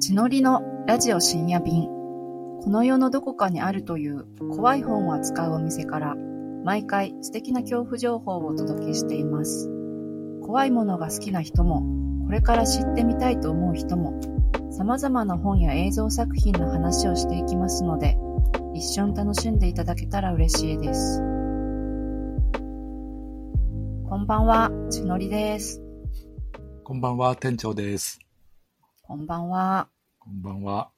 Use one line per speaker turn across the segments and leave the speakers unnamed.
しのりのラジオ深夜便。この世のどこかにあるという怖い本を扱うお店から、毎回素敵な恐怖情報をお届けしています。怖いものが好きな人も、これから知ってみたいと思う人も、様々な本や映像作品の話をしていきますので、一緒に楽しんでいただけたら嬉しいです。こんばんは、ちのりです。
こんばんは、店長です。
こんばんは。
こんばんは。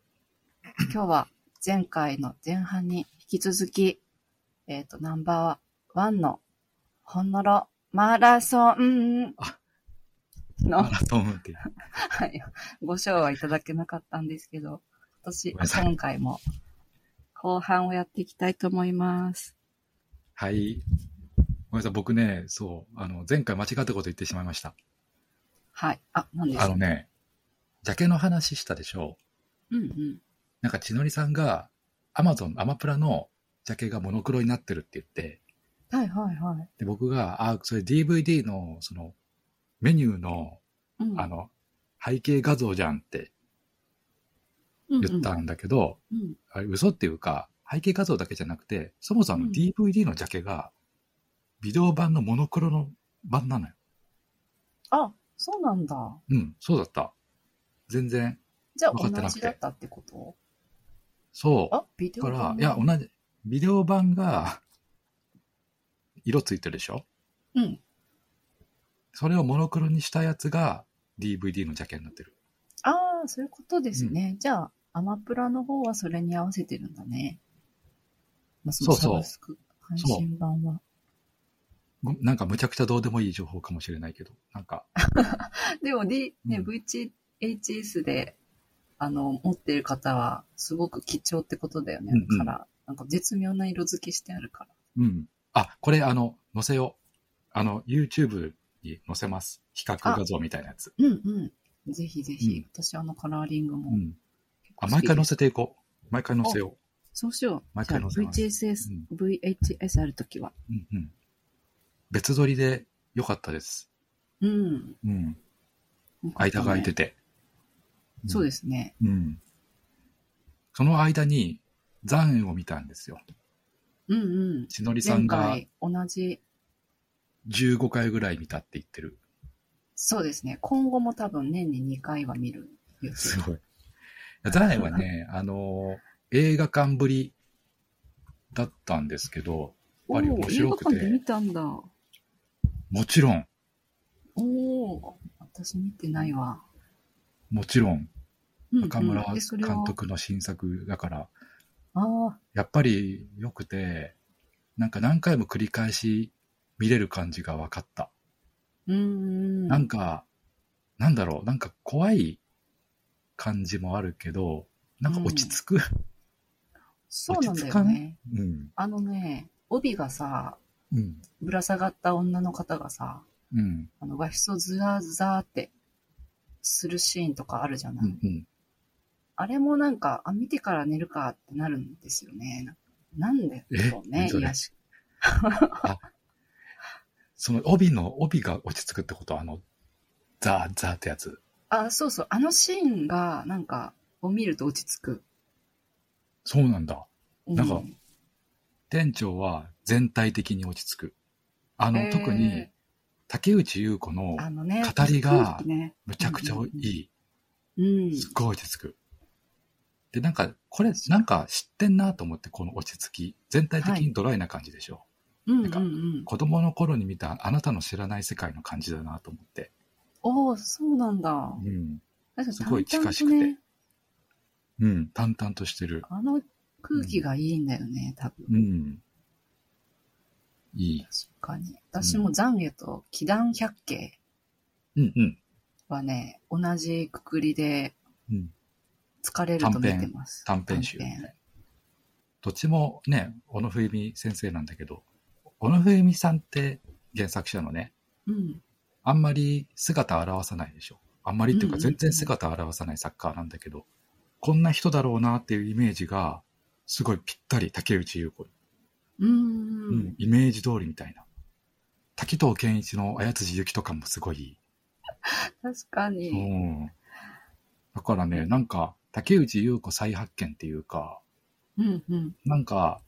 今日は前回の前半に引き続き、えっ、と、ナンバーワンのホンノロマラソンの
マ、ラソン運転。
はいご賞はいただけなかったんですけど、私
ごめんな、さい
今回も後半をやっていきたいと思います。
はい。ごめんなさい、僕ね、そう、あの、前回間違ったこと言ってしまいました。
はい。あ、何です
あ
か
のね、ジャケの話したでしょ
うんうん。
なんか、千のりさんが、アマゾン、アマプラのジャケがモノクロになってるって言って、
はいはいはい。
で、僕が、あ、それ DVD の、その、メニューの、
うん、
あの、背景画像じゃんって
うんうん、
言ったんだけど、
うん
あれ嘘っていうか、背景画像だけじゃなくて、そもそ
う
も
ん
DVD のジャケが、ビデオ版のモノクロの版なのよ。
あ、そうなんだ。
うん、そうだった。全然、
じゃあ
分かって
同
なく
じ
て
だったってこと
そう。
あ、ビデ
だ
オ
から
版、
いや、
じ。
同じ、ビデオ版が、色ついてるでしょ
うん。
それをモノクロにしたやつが、DVD のジャケになってる。
ああ、そういうことですね。じゃあ、アマプラの方はそれに合わせてるんだね。まあ、その
そうそう
サブスク配信版は。
ごなんか、むちゃくちゃどうでもいい情報かもしれないけど、なんか、
でも、D ね、
うん
VHS で、あの、持ってる方は、すごく貴重ってことだよね。
うんうん
だから、なんか絶妙な色付けしてあるから。
うん。あ、これ、あの、載せよう。あの、YouTube に載せます。比較画像みたいなやつ。
うんうん。ぜひぜひ。
うん
私、あの、カラーリング
う
も
ん。
結構
あ、
好
毎
きで
回載せていこう。毎回載せよ
そうしよう。
毎回載せます
じゃあ VHS、VHS あるときは。
う。うんうん。別撮りで良かったです。
うん。
うん。間が空いてて。。
そうですすね。
うん。その間に、残影を見たんですよ。
うんうん。
しのりさ
前
んが
回、同じ
15回ぐらい見たって言っ てる。
そうですね。今後も多分年に2回は見る予定。
すごい。残影はね、あのー映画館ぶりだったんですけど、
お
やっぱり面白くて
おー映画館で見たんだ。
もちろん、
おお、私見てないわ。
もちろん、
うんうん
中村
え
監
それは
督の新作だから、
ああ、
やっぱり良くて、なんか何回も繰り返し見れる感じが分かった。
うんうん。
なんか、なんだろう、なんか怖い感じもあるけど、なんか落ち着く。
そうなんだ
落ち着
よ
か
ね
ね。うん。
あのね、帯がさ、
うん。
ぶら下がった女の方がさ、
うん。
あの和室をズワーズワーってするシーンとかあるじゃない。
うん。うん。
あれもなんか、あ、見てから寝るかってなるんですよね。なんで
え
そうね、
それ
癒し。
その帯の、帯が落ち着くってことは、あの、ザーザーってやつ。
あ、そうそう、あのシーンが、なんか、を見ると落ち着く。
そうなんだ。
う
なんか店長は全体的に落ち着く。あの、
えー
特に、竹内優子の
あのね、
語りが
空気ね、
むちゃくちゃいい。
うん、
すっごい落ち着く。で、なんか、これ、なんか知ってんなと思って、この落ち着き。全体的にドライな感じでしょ。
うん、う
なん
ん
か
うん。
子供の頃に見たあなたの知らない世界の感じだなと思って。
おお、そうなんだ
う。ん。
確かに
すごい
淡々と
近しくて
ね
うん。淡々としてる。
あの空気がいいんだよね、多分。
うん。いい。
確かに。私も残悔と祈願百景
うんうん。
はね、同じくくりで
うん、
疲れると見てます。
短編集、
短編
ね。どっちもね、小野冬美先生なんだけど、小野冬美さんって原作者のね、
うん。
あんまり姿を表さないでしょ。あんまりっていう
う
か
んうんうん
全然姿を表さない作家なんだけど、こんな人だろうなっていうイメージが、すごいぴったり竹内優子に
うんう
うんん、イメージ通りみたいな。滝藤健一の綾辻ゆきとかもすごい。
確か
う
に。
ん。だからね、なんか、竹内優子再発見っていうか、
うんうん。
なんか、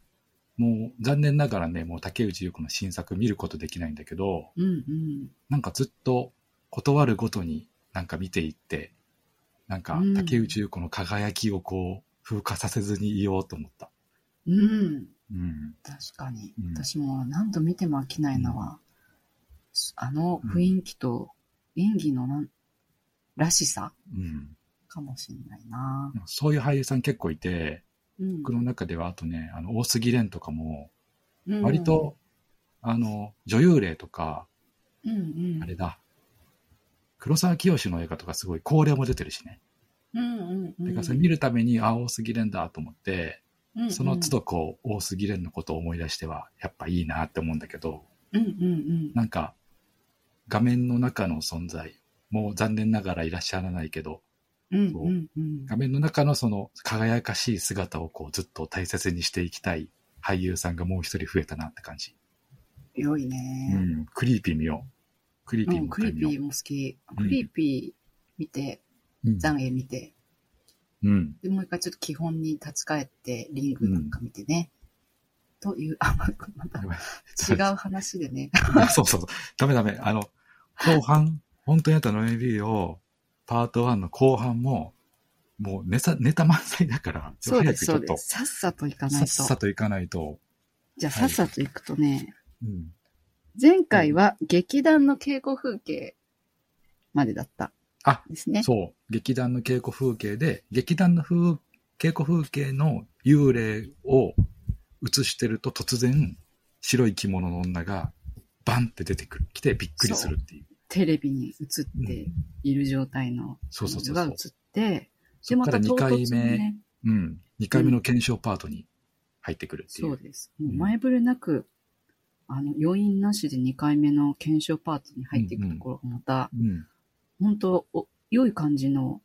もう残念ながらね、もう竹内優子の新作見ることできないんだけど、
うんうん。
なんかずっと断るごとになんか見ていって、なんか
うん
竹内優子の輝きをこう、風化させずにいようと思った。
うん。
うん。
確かに。
うん
私も何度見ても飽きないのは、あの雰囲気と演技のなんらしさ
うん。
かもしれないな。
そういう俳優さん結構いて、
うん
僕の中ではあとね、あの、大杉蓮とかも、
うん
割と、あの、女優霊とか、
うんうん、
あれだ、黒沢清の映画とかすごい、高齢も出てるしね。
うんうんうん、
だからそれ見るために、あ、大杉蓮だと思って、
うんうん
その都度こう、大杉蓮のことを思い出しては、やっぱいいなって思うんだけど、
うんうん
なんか、画面の中の存在、もう残念ながらいらっしゃらないけど、
うん。うんうんうん。
画面の中のその輝かしい姿をこう、ずっと大切にしていきたい俳優さんがもう一人増えたなって感じ。
良いうね。
ん、クリーピー見よう。クリー
う
ピーも
ん、
一
クリ
回
ー
見よう
ピーも好き。
うん
クリーピー見て、
うん
残影見て、
うん。
でもう一回ちょっと基本に立ち返って、リングなんか見てね。という、あ、ままた
やばい
違う話でね。
そうそうそう。ダメダメ。あの、後半、本当にあったの MV を、パート1の後半も、もうネタ、ネタ満載だから、
そう
早
で
く
す、
ち
そ
ょ
う
っ
で
と、
す。さっさと行かない
さっ
と。
さと行かないと。
じゃあ
は
さ
い
っさと行くとね、
うん。
前回は劇団の稽古風景までだった。
あ
ですね。
そう。劇団の稽古風景で、劇団の風、稽古風景の幽霊を映してると突然、白い着物の女が、バンって出てくる。来てびっくりするっていう。
テレビに映っ
うん
ている状態の
そうそうそう
が
そ
映っ
う。
て、
そこから2回
に
目、
ね、
うん。2回目の検証パートに入ってくるっていう。
そうです。もう
うん
前触れなく、あの、余韻なしで2回目の検証パートに入っていくところがまた、
うん。
本当お良い感じの、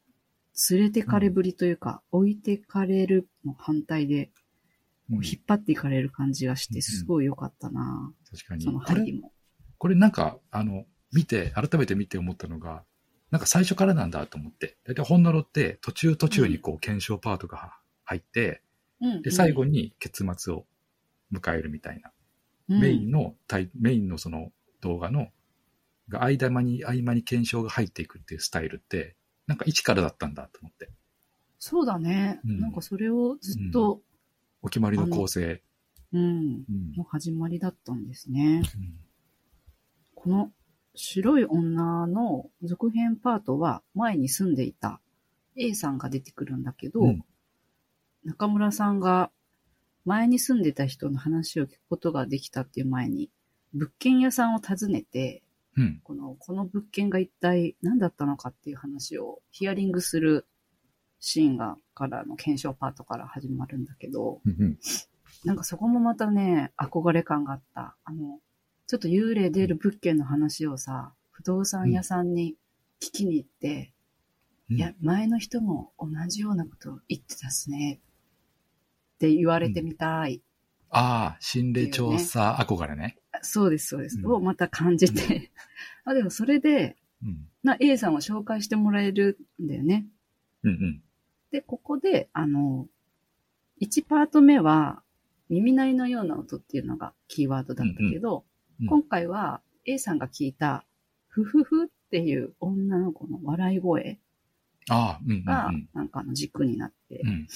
連れてかれぶりというか、置いてかれるの反対で、
もうひ
引っ張っていかれる感じがし
う
て、
ん
すごい良かったな、
確かに。
その
こ
入り
れ、
も。
これなんか、あの、見て、改めて見て思ったのが、なんか最初からなんだと思って。だいたい本のろって途中途中にこう検証パートが入って、で、最後
に、
に結末を迎えるみたい
う
な。
ん
メインのタイ、メインのその動画の、が間間に、合間に検証が入っていくっていうスタイルって、なんか一からだったんだと思って。
そうだね、
うん
なんかそれをずっと、
お決まりの構成。
うん、
うん
の始まりだったんですね。
うん
この白い女の続編パートは前に住んでいた A さんが出てくるんだけど、
うん
中村さんが前に住んでた人の話を聞くことができたっていう前に、物件屋さんを訪ねて、
うん。
このこの物件が一体何だったのかっていう話をヒアリングするシーンがからの検証パートから始まるんだけど、
うんうん。
なんかそこもまたね、憧れ感があった。あの、ちょっと幽霊出る物件の話をさ、不動産屋さんに聞きに行って、
うん
いや、前の人も同じようなことを言ってたっすね。って言われてみたい。
ああ、心霊調査憧れね。
あそうです、そうです。
うん
をまた感じて。 あ、でもそれで、
うん。
な、A さんを紹介してもらえるんだよね。
うんうん。
で、ここで、あの、1パート目は、耳鳴りのような音っていうのがキーワードだったけど、
うんうん
今回は A さんが聞いた、ふふふっていう女の子の笑い声
ああ、うんうん
が、なんかあの軸になって
うん。うん。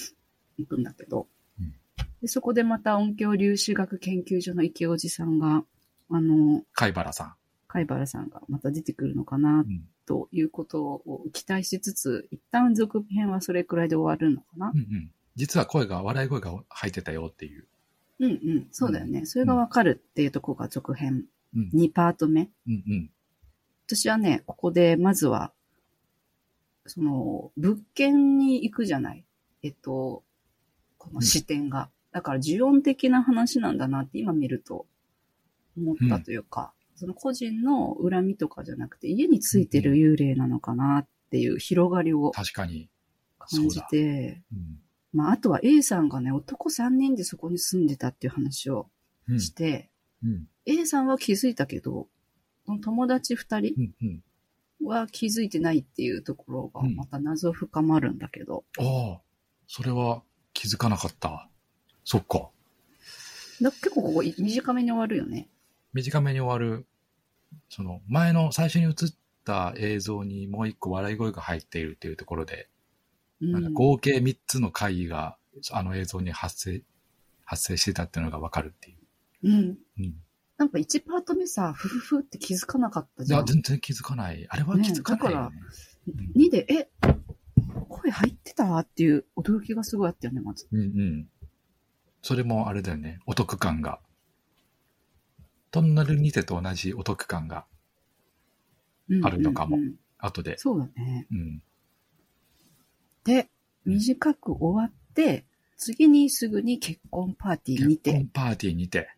いくんだけど、
うん
でそこでまた音響粒子学研究所の池おじさんが、あの、
貝原さ。
貝原さんがまた出てくるのかなん
うん。
ということを期待しつつ、一旦続編はそれくらいで終わるのかな
うんうん。実は声が、笑い声が入ってたよっていう。
うんうん、そうだよね。それがわかるっていうところが続編、
うん。
2パート目。
うんうん。
私はね、ここでまずは、その、物件に行くじゃない。えっと、この視点が。だから、呪音的な話なんだなって今見ると思ったというか、その個人の恨みとかじゃなくて、家についてる幽霊なのかなっていう広がりを
確かに。
感じて、
うん
まあ、あとは A さんがね、男3人でそこに住んでたっていう話を
うん。
して、
うん。
A さんは気づいたけど、その友達二人
うんうん。
は気づいてないっていうところがまた謎深まるんだけど、
ああ、それは気づかなかった。そっか。
だ結構ここい短めに終わるよね
短めに終わる、その前の最初に映った映像にもう一個笑い声が入っているっていうところで、
な
なんか合計3つの会議があの映像に発生、発生してたっていうのがわかるっていう。
うん、うん、
うん。
なんか1パート目さふふふって気づかなかった
い
じゃ
や、
ん
全然気づかない。あれは気づかないよね。
2でえ声入ってたっていう驚きがすごいあったよねまず
うんうん。それもあれだよね。お得感が。トンネルにてと同じお得感があるのかも
うんうんうん
後で。
そうだね
うん。
で短く終わって次にすぐに結婚パーティーに
結
て
婚パーティーにて。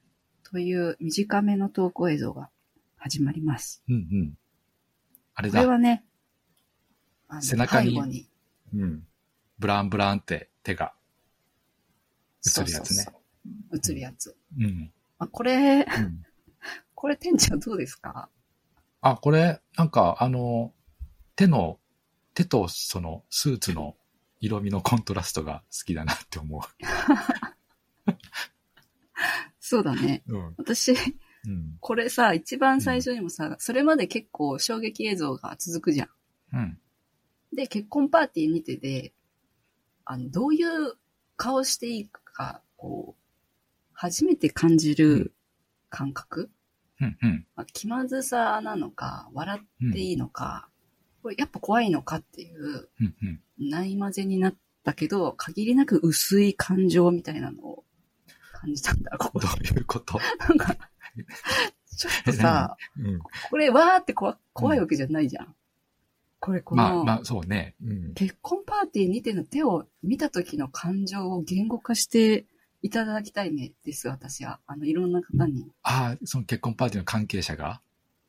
という短めの投稿映像が始まります。
うんうん。あれ
こ
だ。
れはね、あの
背中に
背後に
うん。ブランブランって手が映るやつ
そうそ
ね。
うそう映るやつ。
うん。
あ、これ、
うん
これ店長どうですか
あ、これ、なんか、あの、手の、手とそのスーツの色味のコントラストが好きだなって思
そうだね。
う。うん。
私、
うん。
これさ、一番最初にもさ、それまで結構衝撃映像が続くじゃん。
うん。
で、結婚パーティーにてで、あの、どういう顔していいか、こう、初めて感じる感覚、
うん。うん。
まあ、気まずさなのか、笑っていいのか、これやっぱ怖いのかっていう、
うん。うん。
ないまぜになったけど、限りなく薄い感情みたいなのを感じたんだ。ここ
どういうこと
なんか、ちょっと さ、
うん。
これわーって怖怖いわけじゃないじゃん。これこ
まあ
の、
まあ、そうね。うん。
結婚パーティーにての手を見た時の感情を言語化していただきたいねです、私は。あの、いろんな方に。
ああ、その結婚パーティーの関係者が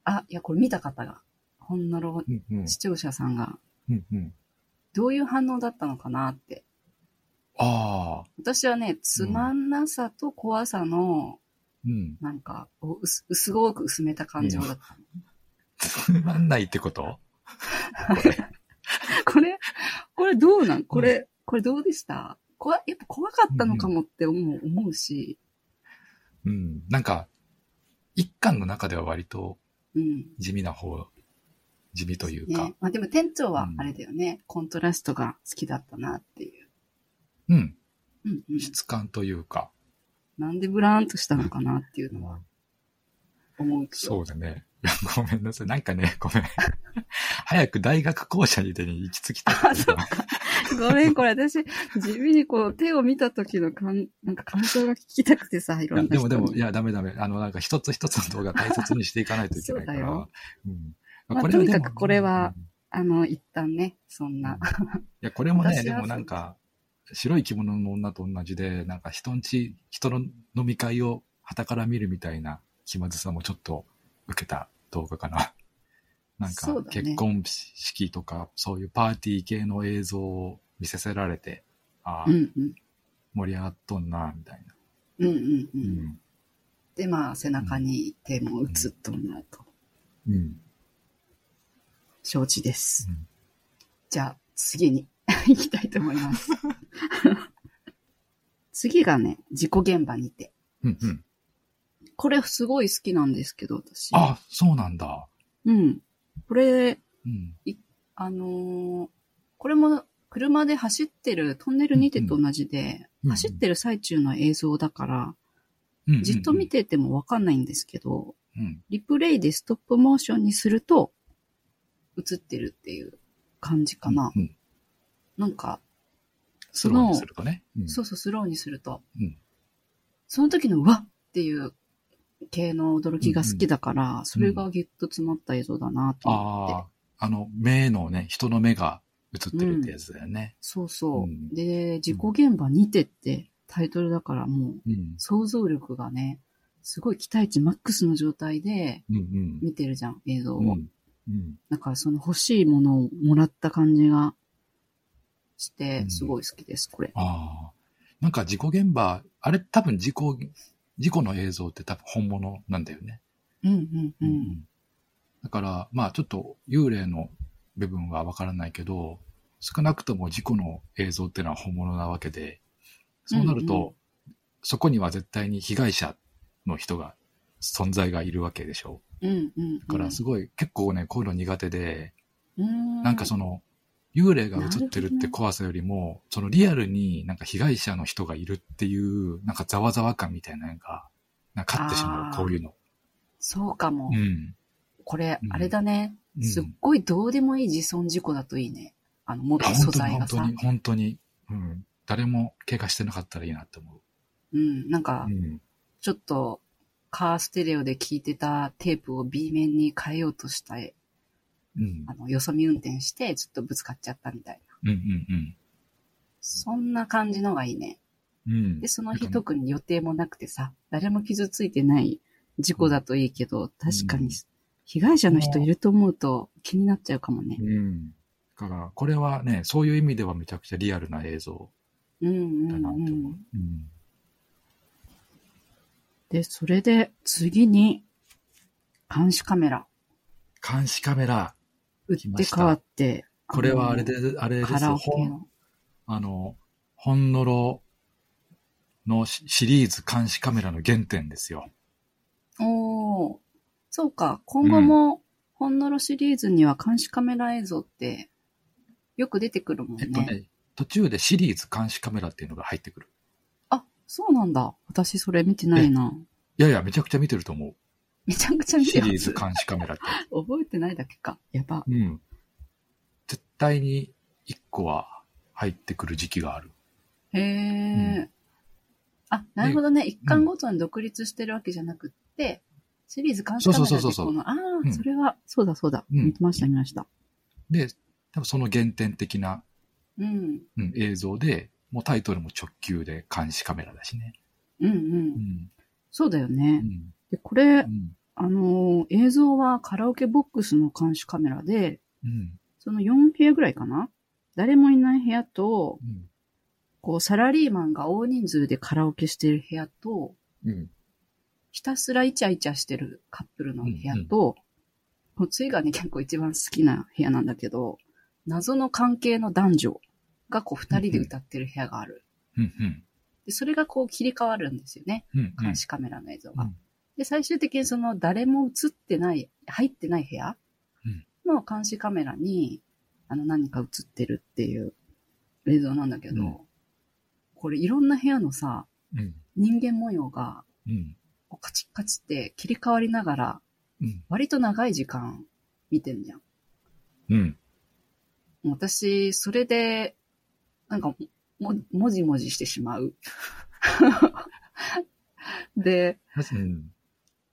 あ、いや、これ見た方が、ほんのろ
うんうん。
視聴者さんが
うんうん。
どういう反応だったのかなって。
ああ、
私はね、つまんなさと怖さの、
うん。
なんか、お薄薄ごく薄めた感情だった。
つまんないってこと
これ、これどうなんこれ、これどうでした怖やっぱ怖かったのかもって思う,、思うし、
うん。なんか、一巻の中では割と
うん。
地味な方、地味というか。
ね。まあでも店長はあれだよね、コントラストが好きだったなっていう。
うん。
うんうん。
質感というか。
なんでブラーンとしたのかなっていうのは思うけど。
そうだね。いやごめんなさい。なんかね、ごめん。 早く大学校舎にでに行き着きたい
あそう ごめん、これ私、地味にこう、手を見た時の感、なんか感想が聞きたくてさ、い
い
ろ
や
んな
で
人
も
に。
でも、いや、ダメダメ。あの、なんか一つ一つの動画大切にしていかないといけないから。
そうだよ
うん。
まあ
これはでも
とにかくこれは
うん
あの、一旦ね、そん
うん
な。
いや、これもね、
私
で
は
もなんか、白い着物の女と同じで、なんか人んち、人の飲み会を傍から見るみたいな気まずさもちょっと受けた動画 かな。なんか
そう、だね
結婚式とか、そういうパーティー系の映像を見せせられて、ああ
う、んうん。
盛り上がっとんな、みたいな。
うんうんう。
うんん。
で、まあ、背中に手も打つとなると。
うん。
承知です
うん。
じゃあ、次に 行きたいと思い ます。次がね、事故現場にて。
うんうん。
これすごい好きなんですけど、私。
あ、そうなんだ。
うん。これ、
うん。
あのーこれも車で走ってるトンネルにてと同じで、
うんうん
走ってる最中の映像だから、
うんうんうん
じっと見。ててもわかんないんですけど、
うん。
リプレイでストップモーションにすると、映ってるっていう感じかな。
うんうん。
なんか、
ス
そ
ロー
の
にするとね。うん
そうそう、スローにすると、
うん
その時のうわっっていう系の驚きが好きだから、それがギュッと詰まった映像だなと思って。
ああ、あの、目のね、人の目が映ってるってやつだよね。
そうそう。
うん
で、事故現場にてってタイトルだからもう
うん。
想像力がね、すごい期待値マックスの状態で
うん
見てるじゃん、映像を。
うん。うん。うん。
だからその欲しいものをもらった感じがし
う
て、
ん
すごい好きです、これ。
ああ。なんか事故現場、あれ多分事故、事故の映像って多分本物なんだよね。
うんうんうん。
だから、まあちょっと幽霊の部分はわからないけど、少なくとも事故の映像っていうのは本物なわけで、そうなると、
うんう
そこには絶対に被害者の人が、存在がいるわけでしょ。
うんうん。
だからすごい、結構ね、こういうの苦手で、
うん、
なんかそ
の、
の、幽霊が映ってる
なるほど
っ
ね
て怖さよりも、そのリアルになんか被害者の人がいるっていう、なんかざわざわ感みたいなのが、なんか勝ってしま
あ
う、
ー
こういうの。
そうかも。
うん。
これ
う、ん
あれだね、
うん
すっごいどうでもいい自損事故だといいね。あの、持っ
あ
た素
本当に
材
本
が
当
さ
に、。本当に。うん。誰も怪我してなかったらいいなって思う。
うん。なんか
う、ん。
ちょっと、カーステレオで聞いてたテープを B 面に変えようとした、あ
うん。
の、よそ見運転して、ちょっとぶつかっちゃったみたいな。
うんうん
そんな感じのがいいね。
うん。うん。
で、その日
なんか
特に予定もなくてさ、誰も傷ついてない事故だといいけど、確か
う
に
ん、
被害者の人いると思うと気になっちゃうかもね。
うん。だから、これはね、そういう意味ではめちゃくちゃリアルな映像
うんうん
だなって
う
思う。
ん。
うん。
で、それで次に、監視カメラ。
監視カメラ。
打って変わって。
これはあれで
の、
あれです
カラオケ
ほん
の。
あの、ほんのろのシシリーズ監視カメラの原点ですよ。
おーそうか。今後も、ほんのろシリーズには監視カメラ映像って、よく出てくるもん
え
ね。
っとね、途中でシリーズ監視カメラっていうのが入ってくる。
あ、そうなんだ。私それ見てないな。
いやいや、めちゃくちゃ見てると思
めちゃくちゃ
う。
見て
シ
る
リ
や
ーズ
つ。覚
監視カメラって。
えてないだけか。やば。
うん。絶対に一個は入ってくる時期がある。
へえ、あ、なるほどね。一巻ごとに独立してるわけじゃなくって、シリーズ監視カメラでこの
そうそうそうそう
あ
う
あ、
ん
それは、そうだそうだ。
うん
見てました見ました。
で、多分その原点的な、
うん。
うん、映像で、もうタイトルも直球で監視カメラだしね。
うんう。
うんん。
そうだよ
う
ね。
ん。
で、これ
う、ん。
あのー映像はカラオケボックスの監視カメラで、
うん。
その4部屋ぐらいかな誰もいない部屋と、
うん。
こう、サラリーマンが大人数でカラオケしてる部屋と、
うん。
ひたすらイチャイチャしてるカップルの部屋と、こっちがね、結構一番好きな部屋なんだけど、謎の関係の男女がこう二人で歌ってる部屋がある。
うん。うん。
で、それがこう切り替わるんですよね。
うん。
監視カメラの映像
う
が
ん。
で、最終的にその誰も映ってない、入ってない部屋の監視カメラに、あの何か映ってるっていう映像なんだけど、
うん
これいろんな部屋のさ、
うん。
人間模様が
うん。
こうカチッカチって切り替わりながら、
うん。
割と長い時間見てんじゃん。
うん。
もう私、それで、なんかも、も、もじもじしてしまう。 で、
うん。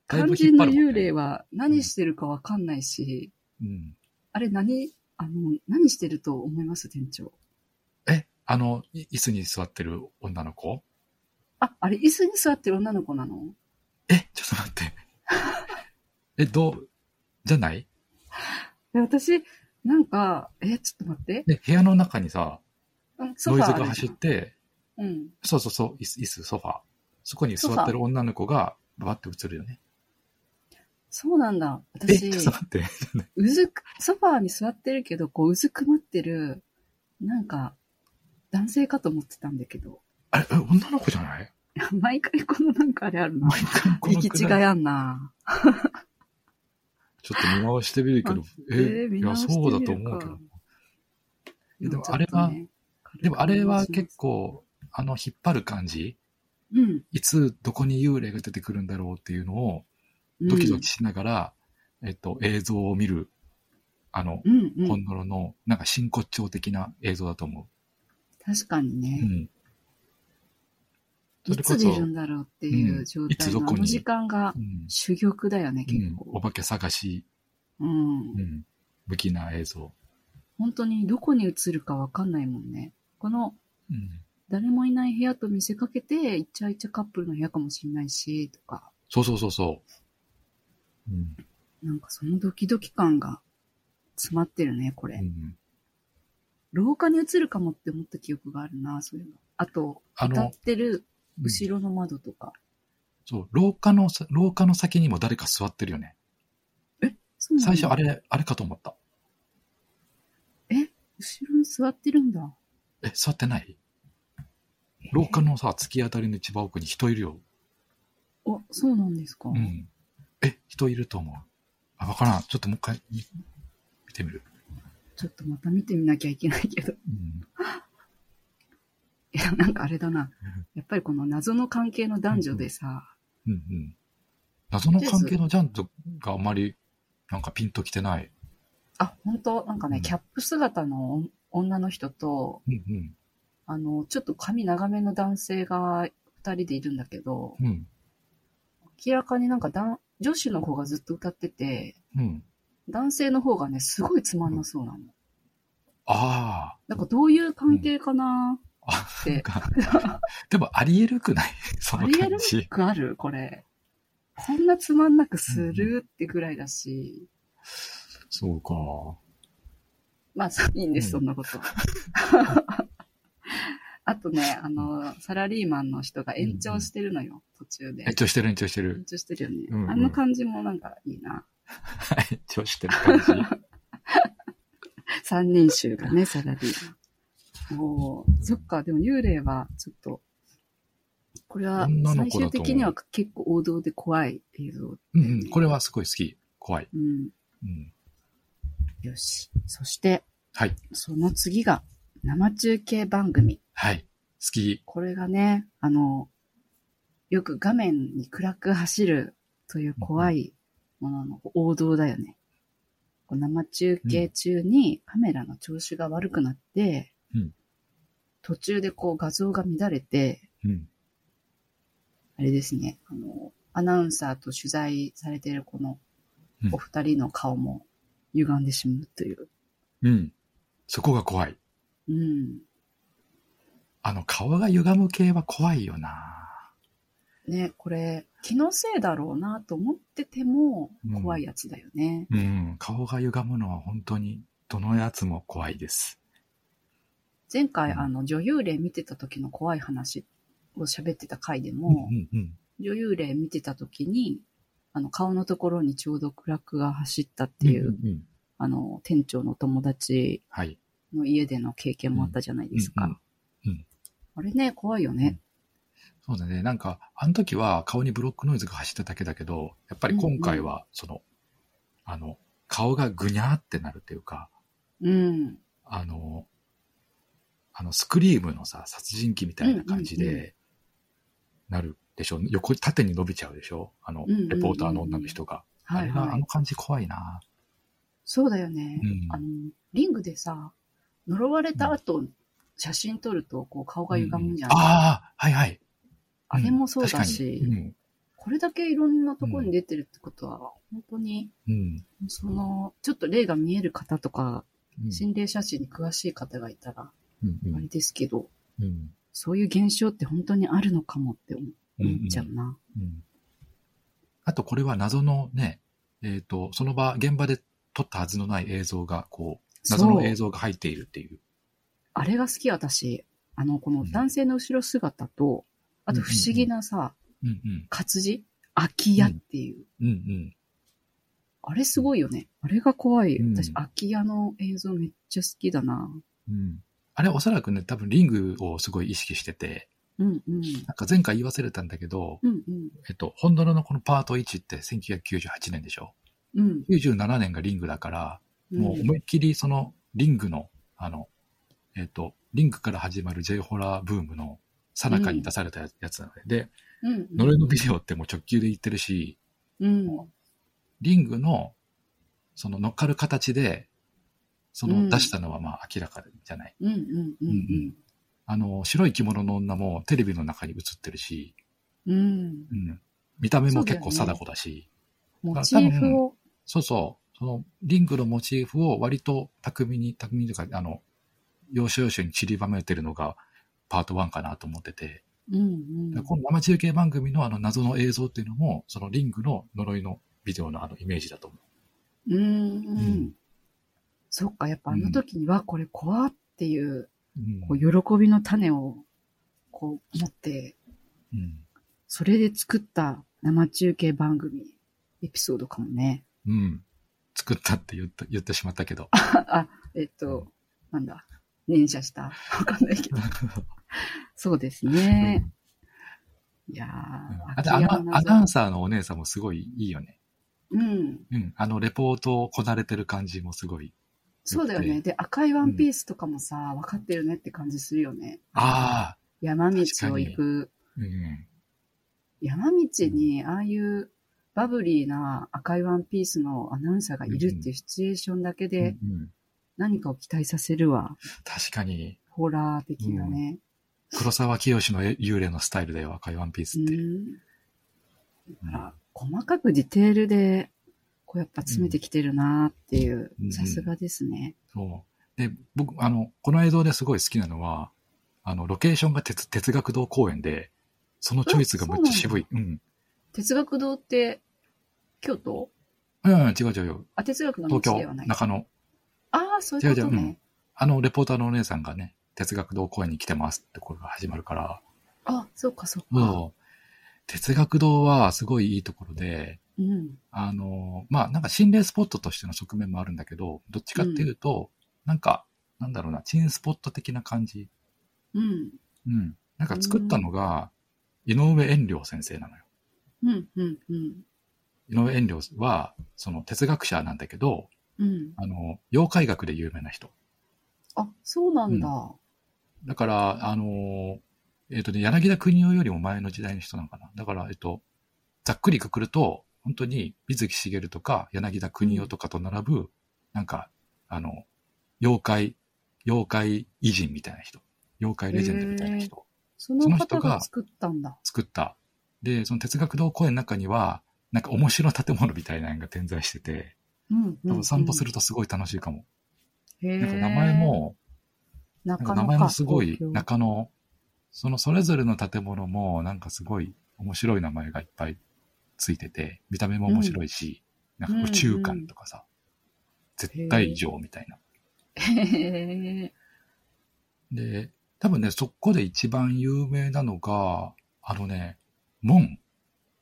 だいぶ
肝
引
心
っ
の
張るも
幽
んね
霊は何してるかわかんないし、
うん。
あれ何、あの、何してると思います店長。
え、あの、い椅子に座ってる女の子
あ、あれ椅子に座ってる女の子なの
え、ちょっと待って。 え、どう、じゃない
で私、なんか、え、ちょっと待って。
で、部屋の中にさ、
うんソ
ノ
フ
イ
ァ
ズ
ーあ
が
るじ
走
ゃ
っ
ん。
て、
うん。
そうそうそう、椅子、椅子ソファー。そこに座ってる女の子が、バーって映るよね。
そうなんだ。
え、
私
ちょ、っと待って。
うずく、ソファーに座ってるけど、こう、うずくまってる、なんか、男性かと思ってたんだけど。
あれ、え女の子じゃない
毎回このなんかあれあるな。
この
行き違い
くらい
あんな。
ちょっと見直してみるけど、え、
えー見
い
直
や、
してみるか
そうだと思うけど。えでも
ちょっとね、
でもあれは
軽く
結構、あの、引っ張る感じ
思い出します、
いつ、どこに幽霊が出てくるんだろうっていうのを、
うん。
ドキドキしながら、えっと、映像を見る、あの、
うんうん、
ほんのろの、なんか真骨頂的な映像だと思
確かに
う。
ね
う。ん。そ
い
れこ
つ
そ、
出るんだろうっていううん状
い
態
つど
の、
こ
あ
に
の時間が
うん
珠玉だよね、
う
結
んお
構。
化け探し、
うん。
うん、向きな映像。
本当にどこに映るかわかんないもんね。この、
うん。
誰もいない部屋と見せかけて、イチャイチャカップルの部屋かもしれないし、とか、
そうそうそうそう。うん。
なんかそのドキドキ感が詰まってるね、これ。
うん、
廊下に映るかもって思った記憶があるな、そういうの。あと、
あ
歌
の
っ、てる
うん
後ろの窓とか。
そう、廊下のさ、廊下の先にも誰か座ってるよね。
そうなんだ
最初あれ、あれかと思った。
後ろに座ってるんだ。
え、座ってない廊下のさ、突き当たりの一番奥に人いるよ。
あ、そうなんですか。
うん。え、人いると思う。あ、わからん。ちょっともう一回、い見てみる。
ちょっとまた見てみなきゃいけないけど。
うん。
いや、なんかあれだな。やっぱりこの謎の関係の男女でさ、
うんうん。謎の関係のジャンプがあんまり、なんかピンときてない。
あ、本当なんか
う
ね、
ん
キャップ姿の女の人と、
うん
あの、ちょっと髪長めの男性が二人でいるんだけど、
うん。うん。
明らかになんか男女子の方がずっと歌ってて、
うん。
男性の方がね、すごいつまんなそうなの。
あ
なんかどういう関係かな
あ。あ、
っ
なん
て、
か、でもありえるくない そ
あ
の
りえ
感
る
じ。
くあるこれ。こんなつまんなくするってぐらいだし、
そうか。
まあ、そういいんです、
う
そ
ん
んなこと。 あとね、あの、サラリーマンの人が延長してるのよ、途中で
延。長してる延長してる
延。長してるよね。
うんうん
あの感じもなんかいいな。
延長してる感じ。
三人衆がね、サラリーマン。おーそっか、でも幽霊はちょっと、これは最
女の子だと思う
終的には結構王道で怖い映像。
うんうん。これはすごい好き。怖い。
うん。
うん。
よし。そして、
はい。
その次が、生中継番組。
はい。好き。
これがね、あの、よく画面に暗く走るという怖いものの王道だよね。こう生中継中にカメラの調子が悪くなって、
うん
途中でこう画像が乱れて、
うん。
あれですね、あの、アナウンサーと取材されているこの
うん
お二人の顔も歪んでしまうという。
うん。そこが怖い。
うん。
あの、顔が歪む系は怖いよな。
ね、これ、気のせいだろうなと思ってても
うん
怖いやつだよね。
うん。顔が歪むのは本当に、どのやつも怖いです。
前回、
うん
あの、女優霊見てた時の怖い話を喋ってた回で
うん
も、
うんうん。
女優霊見てた時に、あの、顔のところにちょうどクラックが走ったっていう、
んんん
あの、店長の友達
はい。
の家での経験もあったじゃないですか。
うんうんうん
あれね、怖いよね。
そうだね。なんか、あの時は顔にブロックノイズが走っただけだけど、やっぱり今回は、その、あの、顔がぐにゃーってなるっていうか、
うん。
あの、あの、スクリームのさ、殺人鬼みたいな感じ
うんうんう
で、なるでしょ、横、縦に伸びちゃうでしょあの、
うんうんうん
レポーターの女の人が。あ
はい
れが、あ
はい
の。感じ怖いな
そうだよね。
うん
あの、リングでさ、呪われた後、写真撮ると、こう、顔が歪むんじゃん。
うんああ、はいはい。
あれもそう
確か
だ
に
し、
うん
これだけいろんなところに出てるってことは、本当に、
うん。
その、ちょっと霊が見える方とか、
うん
心霊写真に詳しい方がいたら、
うんう
あれ
ん
ですけど、
うん
そういう現象って本当にあるのかもって思
うん
思っちゃうな。
うんあとこれは謎のね、えっ、と、その場、現場で撮ったはずのない映像が、こう、謎
そ
の
う
映。像が入っているっていう。
あれが好き、私。あの、この男性の後ろ姿と、あと不思議なさ、
うんうん。
活字空き家っていう。
うんうん。
あれすごいよね。あれが怖い。
うん
私、空き家の映像めっちゃ好きだな。
うん。あれおそらくね、多分リングをすごい意識してて、
うんうん。
なんか前回言い忘れたんだけど、
うんうん。
えっと、本ドラのこのパート1って1998年でしょ
うん。
?97 年がリングだから、もう思いっきりそのリングの、あの、えっ、と、リングから始まる J ホラーブームの最中に出されたやつなので、で、
うん、
呪いのビデオってもう直球で言ってるし、
うん。
リングの、その乗っかる形で、その出したのはまあ明らかじゃない。
うんうんうんうん。
あの、白い着物の女もテレビの中に映ってるし、
うん。
うん、見た目も結構
そうだよね
貞子だし、
モチーフを。
そうそう、そのリングのモチーフを割と巧みに、巧みにというか、あの、要所要所に散りばめてるのがパート1かなと思ってて、
うんうん。
この生中継番組のあの謎の映像っていうのも、そのリングの呪いのビデオのあのイメージだと思う。
うんう
うん
ん。そっか、やっぱあの時にはこれ怖っていう、
うん
こう、喜びの種を、こう、持って、
うん
それで作った生中継番組、エピソードかもね。
うん。作ったって言った言ってしまったけど。
あ、えっと、なんだ。連射した。 わかんないけ ど。そうですね。いやー
あとあ
秋
の
山謎
アナウンサーのお姉さんもすごいいいよね。
うん。
うん。あの、レポートをこなれてる感じもすごい。
そうだよ
う
ね。
ん
で、赤いワンピースとかもさ、分かってるねって感じするよね。
ああ、
山道
確
を
かに
行く。
うん。
山道に、ああいうバブリーな赤いワンピースのアナウンサーがいるっていうシチュエーションだけ
うんう
で
ん、
何かを期待させるわ。
確かに、
ホラー的なね。
黒沢清の幽霊のスタイルだよ、赤いワンピース
う
って。
ん。だから、細かくディテールで、こうやっぱ詰めてきてるなーっていう
う、ん
さすがですね。
そう。で、僕、あの、この映像ですごい好きなのは、あの、ロケーションが哲哲学堂公園で、そのチョイスがむっちゃ渋い。うん。
哲学堂って、京都
うん、違う違う違う。
あ、哲学の道
東
では
京
ない。、
中野。
ああ、そういうこと
違う違うう
ね
ん。あの、レポーターのお姉さんがね、哲学堂公園に来てますってこれが始まるから、
あ、そうかそうか。
そう。哲学堂はすごいいいところで、
うん。
あの、まあ、なんか心霊スポットとしての側面もあるんだけど、どっちかっていうと、なんか、なんだろうな、チェーンスポット的な感じ。
うん。
うん。なんか作ったのが、井上遠良先生なのよ。
うん。うん。うん。
井上遠良は、その哲学者なんだけど、
うん。
あの、妖怪学で有名な人。
あ、そうなんだ。
だから、あの、えっ、とね、柳田国夫よりも前の時代の人なのかな。だから、えっと、ざっくりくくると、本当に水木しげるとか柳田国夫とかと並ぶ、なんか、あの、妖怪、妖怪偉人みたいな人。妖怪レジェンドみたいな人。
その
その人
方
が
が作ったんだ。
作った。で、その哲学堂公園の中には、なんか面白い建物みたいなのが点在してて、
うん。
多分散歩す
る。
るとすごい楽しいかも。
へ
なんか名前、も、
な
なんか名前もすごい、中野、そのそれぞれの建物も、なんかすごい面白い名前がいっぱいついてて、見た目も面白いし、なんか宇宙観とかさ、絶対城みたいな。
へ
で、多分ね、そこで一番有名なのが、あのね、門、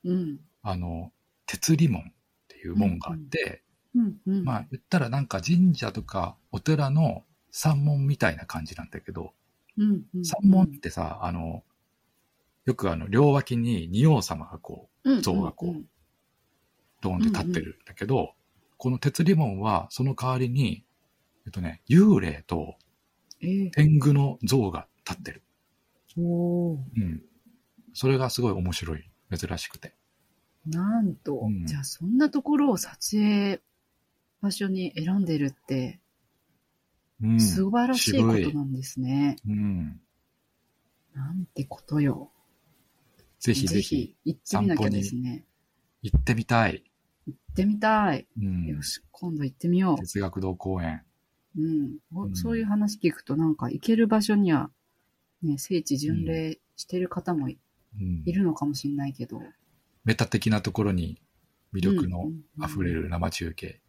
ーうん。
あの、鉄理門っていう門があって、
うん。うん。
まあ言ったらなんか神社とかお寺の山門みたいな感じなんだけど、
うん。うん。
山門ってさ、あの、よくあの、両脇に仁王様がこう、
うん、
像がこう
うん。
ドーンで立ってるんだけど、この鉄リボンはその代わりに、えっとね、幽霊と
え
天狗の像が立ってる。
ー、おー
うん。それがすごい面白い。珍しくて。
なんと、
うん
じゃあそんなところを撮影場所に選んでるって、
うん。
素晴らしいこ
渋
となんですね。
うん。
なんてことよ。
ぜひぜひ
行ってみなきゃですね。
行ってみたい。
行ってみたい。
うん。
よし、今度行ってみよ
哲学堂公園。
う。うん。お
うん
そういう話聞くと、なんか行ける場所には、ね、聖地巡礼してる方もい
うん
いるのかもしれないけど。
メタ的なところに魅力の溢れ
る。
る生中継。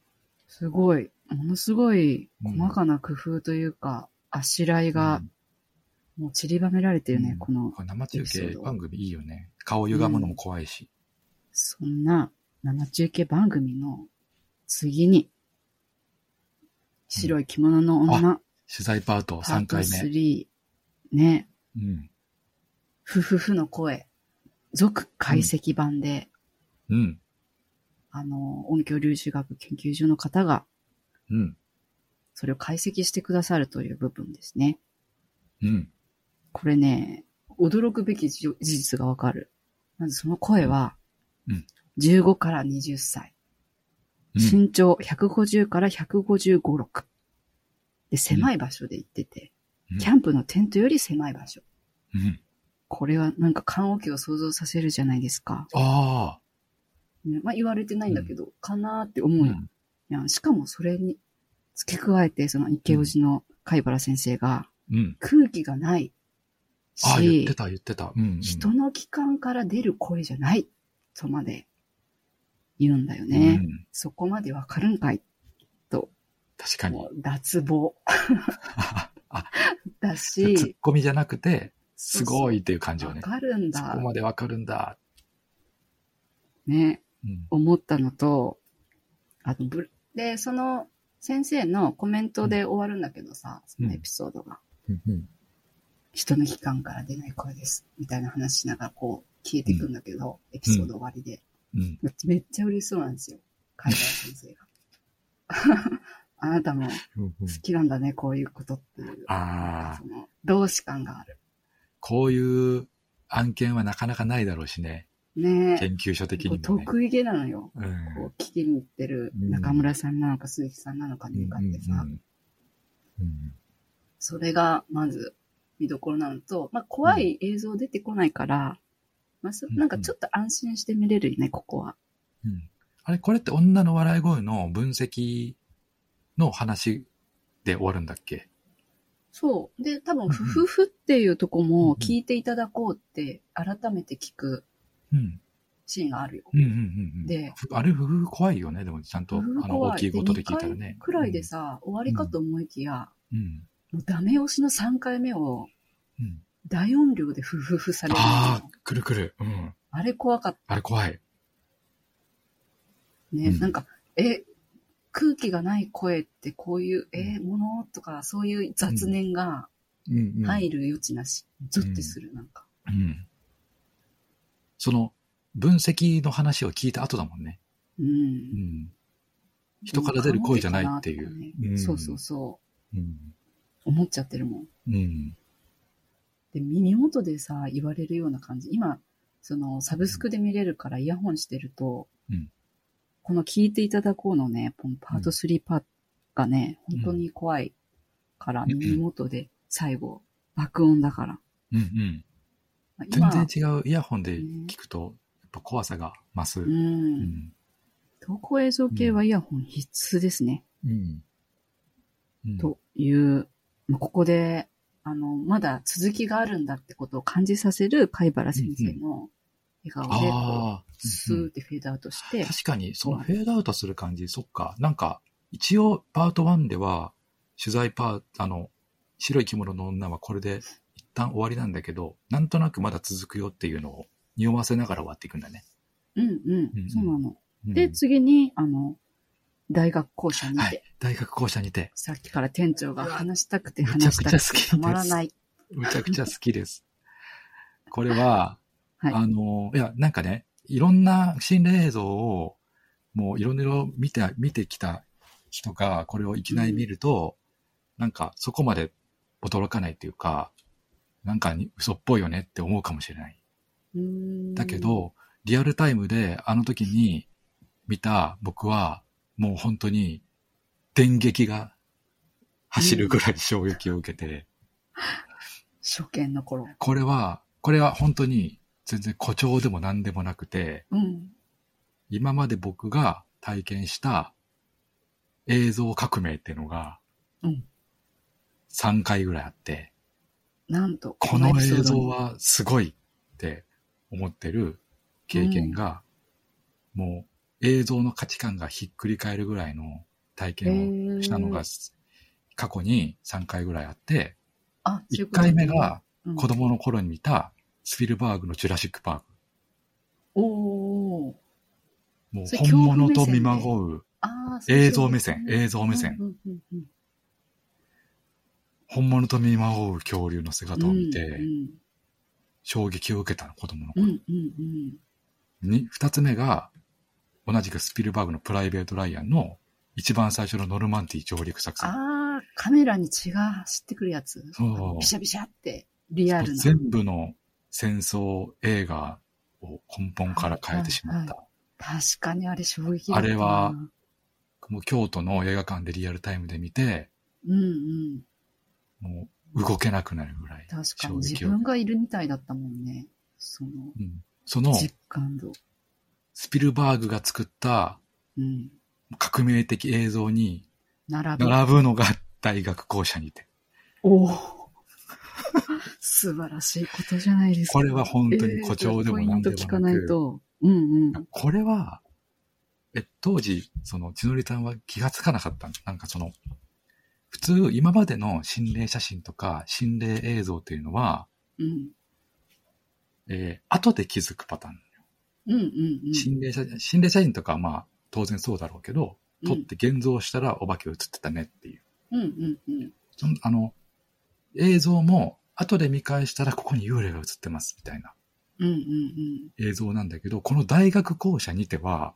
すごい。ものすごい細かな工夫というか、あしらいが
うん
もう散りばめられてるね、
うん
この
これ生中
エピソー
継
ド
番組いいよね。顔歪むのも怖いし。
そんな生中継番組の次に、白い着物の女、
取材パート
パー
3
ト
回目。
3、ね、
うん。
ふふふの声、続解析版で、
うん。
あの、音響粒子学研究所の方が、
うん。
それを解析してくださるという部分ですね。
うん。
これね、驚くべきじ事実がわかる。まずその声は、
うん
15から20歳。
うん。
身長150から155、6。で、狭い場所で行ってて、
うん
キャンプのテントより狭い場所。
うん、
これはなんか棺桶を想像させるじゃないですか。
ああ。
ねまあ言われてないんだけど、かなーって思うやん。いやしかもそれに付け加えて、その池尾寺の貝原先生が、
うん。
空気がないし、
ああ、言ってた、言ってた。うん、うん。
人の気管から出る声じゃない、とまで言うんだよ
う
ね。
ん。
そこまでわかるんかい。
確かに
も。う脱帽
あ、
だ
ツ
し、
ッコミじゃなくて、すごいっていう感じを
わ
ね。
かるん
そ
だ
こ。までわかるんだ。
ね、
うん。
思ったのと、あとブ、で、その先生のコメントで終わるんだけどさ、そのエピソードが、
うんうん
人の悲観から出ない声です、みたいな話しながらこう消えていくんだけど、エピソード終わりで。
うん
めっちゃめっちゃ嬉しそうなんですよ。海外先生が。 あなたも好
うんうん
きなんだね、こういうことっていう。
ああ
そ、の、同志感がある。
こういう案件はなかなかないだろうしね。
ねえ。
研究者的
こ
に
う
もね。
得意げなのよ。
うん
こう、聞きに行ってる中村さんなのか鈴木さんなのかに向かってさ、
うんうん
それがまず見どころなのと、まあ、怖い映像出てこないから、まあそ、なんかちょっと安心して見れるよね、ここは。
うんあれ、これって女の笑い声の分析の話で終わるんだっけ
そう。で、多
う
分、
ん
ふふふっていうとこも聞いていただこうって、改めて聞く
うん。
シーンがあるよ。
うんうんうんうん。
で
ふ、あれ、夫婦怖いよね。でも、ちゃんと、あ
ふふふ
の、
怖
大きいことで聞いた
で
らね
二回。くらいでさ、終わりかと思いきや、
うん。うん。
もうダメ押しの3回目を
うん。
大音量でふふふされるの
ああ、くるくる。うん。
あれ怖かっ
あれ怖い。
たね。
うん
なんか、え、空気がない声ってこういう、えものとか、そういう雑念が、
うん、うん。
入る余地なし。ゾッてする、なんか。
うん。その、分析の話を聞いた後だもんね。
う。
うんん。人から出る声じゃないってい
なんか
う
思てたなとかね
うん
そうそうそ
うん。
う。思っちゃってるもん。
うん。
で、耳元でさ、言われるような感じ。今、その、サブスクで見れるからイヤホンしてると、
うん
この聞いていただこうのね、このパート3パートがね、
ん
本当に怖いから、
うん
耳元で最後、爆音だから。
うんうん。
まあ
全
今、
然違うイヤホンで聞くと、やっぱ怖さが増
う。
す。うんん。
投稿映像系はイヤホン必須ですね。
うん。うん
という、まあここで、あの、まだ続きがあるんだってことを感じさせる貝原先生の笑顔で、こ
ああ、
うスーってフェードアウトして、
確かに、そのフェードアウトする感じ、そっか。なんか、一応、パート1では、取材パー、あの、白い着物の女はこれで一旦終わりなんだけど、なんとなくまだ続くよっていうのを匂わせながら終わっていくんだね。
うん
う
うんん、そうなの。
うん
で、次に、あの、大学校舎にて、
はい。大学校舎にて、
さっきから店長が話したくて
めちゃ
話
く
し
ち
た
ゃ好きで
く
す
てたまらない。
むちゃくちゃ好きです。これは、
はい
あの、いや、なんかね、いろんな心霊映像を、もういろいろ見て、見てきた人が、これをいきなり見ると、なんかそこまで驚かないっていうか、なんかに嘘っぽいよねって思うかもしれない。
うーん
だけ、ど、リアルタイムであの時に見た僕は、もう本当に電撃が走るぐらい衝撃を受けて、
初見の頃。
これは、これは本当に全然誇張でも何でもなくて、
うん。
今まで僕が体験した映像革命っていうのが
うん。
3回ぐらいあって、
なんと、
この
エピソード
映
に
像、はすごいって思ってる経験が、もう映像の価値観がひっくり返るぐらいの体験をしたの
へ
が
ー
過去に3回ぐらいあって、
あ
1回目が、
そういうこ
子
とね
供の頃に見たスピルバーグのジュラシックパーク。
うんおー。
もう
それ
本物と見まごう
ああ、そう
映像目線、映像目線、。
うんうんうんうん
本物と見まごう恐竜の姿を見て、
うん
衝撃を受けたの、子供の
う
頃。
んうんうん
に二つ目が、同じくスピルバーグのプライベート・ライアンの一番最初のノルマンティ上陸作戦。
ああ、カメラに血が走ってくるやつ。
そう
ビシャビシャって、リアルな。
全部の戦争映画を根本から変えてしまった。
確かにあれ衝撃だったな
あれは、もう京都の映画館でリアルタイムで見て、
うんうん。
もう動けなくなるぐらい。
確か
衝
に自
撃を受
分
けた。
がいるみたいだったもんね。その、
うんその、
実感度。
スピルバーグが作った
うん。
革命的映像に
並ぶ。
並ぶのが大学校舎にて。
おお。素晴らしいことじゃないですか。
これは本当に誇張でもなん
えーポ
でもな
イント聞
く
かないと。うんうん。
これは、え、当時、その、千鳥さんは気がつかなかったのなんかその、普通、今までの心霊写真とか、心霊映像っていうのは、
うん。
えー後で気づくパターン。
うんうんうん。
心霊写真、心霊写真とかはまあ、当然そうだろうけど、撮って現像したらお化け映ってたねっていう。
うんうんうん。
そのあの、映像も後で見返したらここに幽霊が映ってますみたいな
うんうん
映像なんだけど、この大学校舎にては、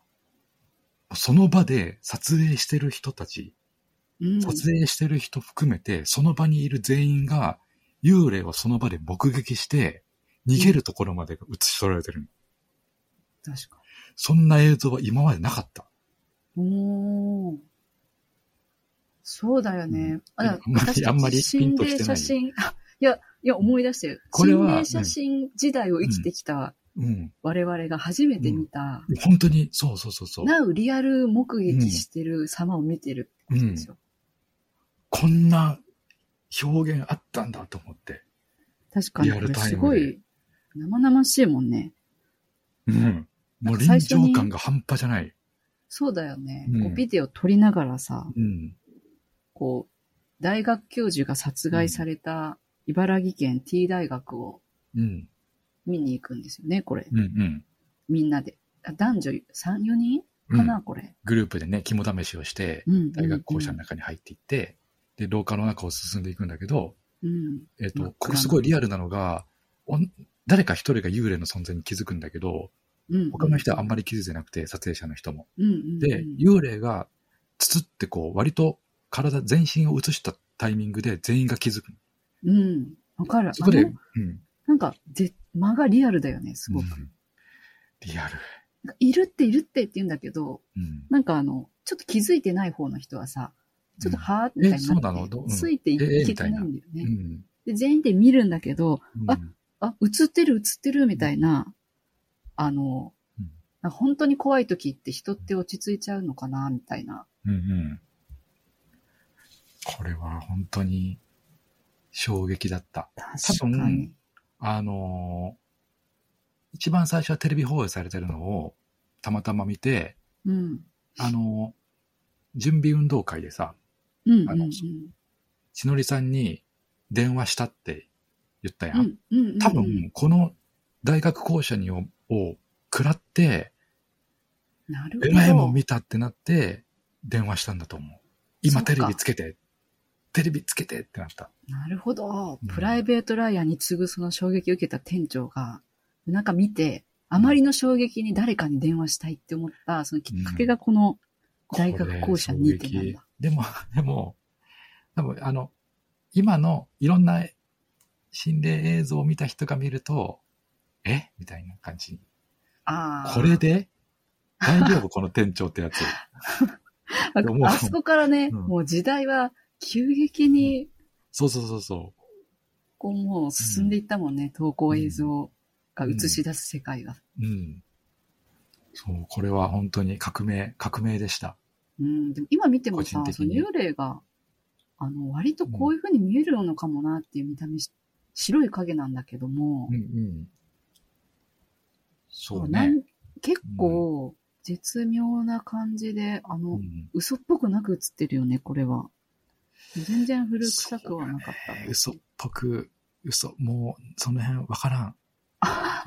その場で撮影してる人たち、
うん。うん、
撮影してる人含めて、その場にいる全員が幽霊をその場で目撃して、逃げるところまでが映し取られてるの。
確か
そんな映像は今までなかった。
に。おー。そうだよ
う
ね。
あんまり
私たち
あんまりピンときてな
心霊写
い
真、 あいや、いや、思い出してる。
これは
心霊写真時代を生きてきた
うん。
我々が初めて見た、
本当に、そうそうそうそう。
なうリアル目撃してる様を見てるってことですよ。
こんな表現あったんだと思って。
確かに、
リア
こ
ル
れ
タイムです
ごい生々しいもんね。
うん。も
なん
う
か最
臨
初に
場感が半端じゃない。
そうだよね。
うん
こうビデオ撮りながらさ、
うん。
こう、大学教授が殺害された茨城県 T 大学を
うん。
見に行くんですよね、これ。
うんうん。
みんなで。あ男女3、4人
う
かな、
ん、
これ。
グループでね、肝試しをして、
うんうん。
大学校舎の中に入っていって、で、廊下の中を進んでいくんだけど、
うん。
えっ、
真っ暗
と
な、
これすごいリアルなのが、おん誰か一人が幽霊の存在に気づくんだけど、
うん。
他の人はあんまり気づいてなくて、撮影者の人も。
うんうん。
で、幽霊がつつってこう、割と体全身を映したタイミングで全員が気づく。
うん。わかる。
そこで、
あ
う
の
ん。
なんか、で、間がリアルだよね、すごく。
うんリアル。
なんかいるっているってって言うんだけど、
うん。
なんかあの、ちょっと気づいてない方の人はさ、ちょっと
うん
はーみたいになって、
えそうなのどうん
ついてい
ええ
けてないんだよね、
うん。
で。全員で見るんだけど、
うん
ああ、映ってる映ってるみたいな、あの
うん、
なんか本当に怖い時って人って落ち着いちゃうのかな、みたいな。
うんうん。これは本当に衝撃だった。
確かに。
あのー一番最初はテレビ放映されてるのをたまたま見て、
うん。
あのー準備運動会でさ、
うんうん
あ
うん。
のしのりさんに電話したって言ったや。
うんんうんうんうん。
多分、この大学校舎にをを食らって、
なるほ
え
ど。
らいもん見たってなって、電話したんだと思う。
そ
今
っか
テレビつけて、テレビつけてってなった。
なるほど
うん。
プライベートライアーに次ぐその衝撃を受けた店長が、なんか見て、あまりの衝撃に誰かに電話したいって思った、そのきっかけがこの大学校舎にってなんだ。
でも、 でも、多分あの、今のいろんな心霊映像を見た人が見ると、えみたいな感じに。
ああ。
これで大丈夫この店長ってやつ。
あ
思う
あそこからね、
うん
もう時代は急激に、
そうそうそうそ
こうもう進んでいったもんね、投稿映像が映し出す世界が。
う。うん。そう、これは本当に革命、革命でした。
うん、でも今見ても
個人
さ、
的
その
に
幽霊が、あの、割とこういう風に見えるのかもなっていう見た目し、白い影なんだけども、
うんうん。そう
な
ね。
ん結構絶妙な感じで、あの、
うん
嘘っぽくなく映ってるよね、これは。全然古臭くはなかった。
えー嘘っぽく、嘘、もう、その辺わからん。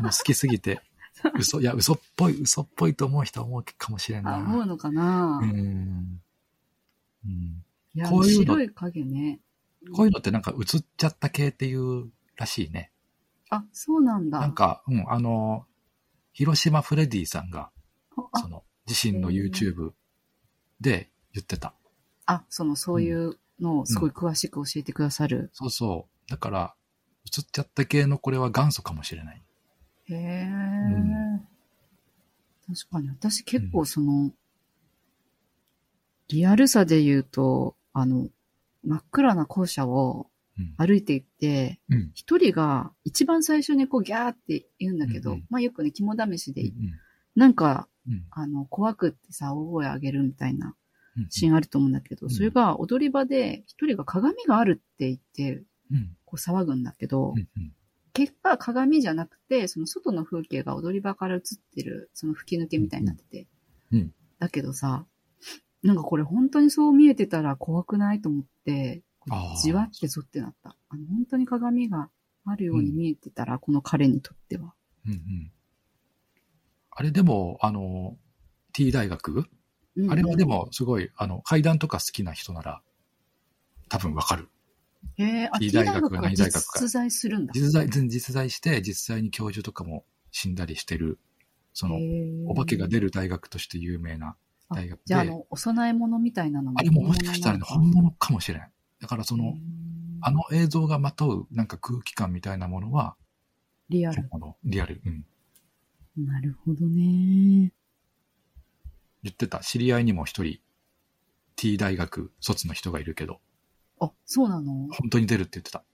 もう好きす ぎて。嘘、いや、嘘っぽい、嘘っぽいと思う人は思うかもしれん
あ、思う
な
のかな、
い。うん。うん。
いや、
こういうの
白い影ね。
こういうのってなんか映っちゃった系っていうらしいね。
あ、そうなんだ。
なんか、うん、あの、広島フレディさんが、
あ
その、自身の
へー
YouTube で言ってた。
あ、その、そういうのをすごい詳しく教えてくださる。
そうそう。だから、映っちゃった系のこれは元祖かもしれない。
へえ、確かに、私結構その、リアルさで言うと、あの、真っ暗な校舎を
うん。
歩いていって、
うん。
一人が一番最初にこうギャーって言うんだけど、
うんうん
まあよくね、肝試しで、
うん
なんか、
うん
あの、怖くってさ、大声上げるみたいな
うん
シーンあると思うんだけど、
うん
それが踊り場で一人が鏡があるって言って、
うん。
こう騒ぐんだけど、
うんうん。
結果鏡じゃなくて、その外の風景が踊り場から映ってる、その吹き抜けみたいになってて。
うんうん
だけどさ、なんかこれ本当にそう見えてたら怖くないと思って、こう
あー
じわってぞってなった。あの本当に鏡があるように見えてたら、この彼にとっては。
うんうん。あれでも、あの、T 大学
ううん
あれはでも、すごい、あの、階段とか好きな人なら、多分わかる。
えー、あ、
T
T
大
大
学
学が
何大学か
実在するんだ。
実在、全実在して、実際に教授とかも死んだりしてる、その、お化けが
出
出る大学として有名な大学で、
じゃあ、あの、お供え物みたいなのも。
あれももしかしたらね、
本
本物かもしれん。だからそ
物な
の
のか、
あ、の映像がまとうなんか空気感みたいなものは、
リアル
本。物、リアル、うん。
なるほどね。
言ってた、知り合いにも一人、T 大学卒の人がいるけど、
あ、そうなの
本当に出るって言ってた。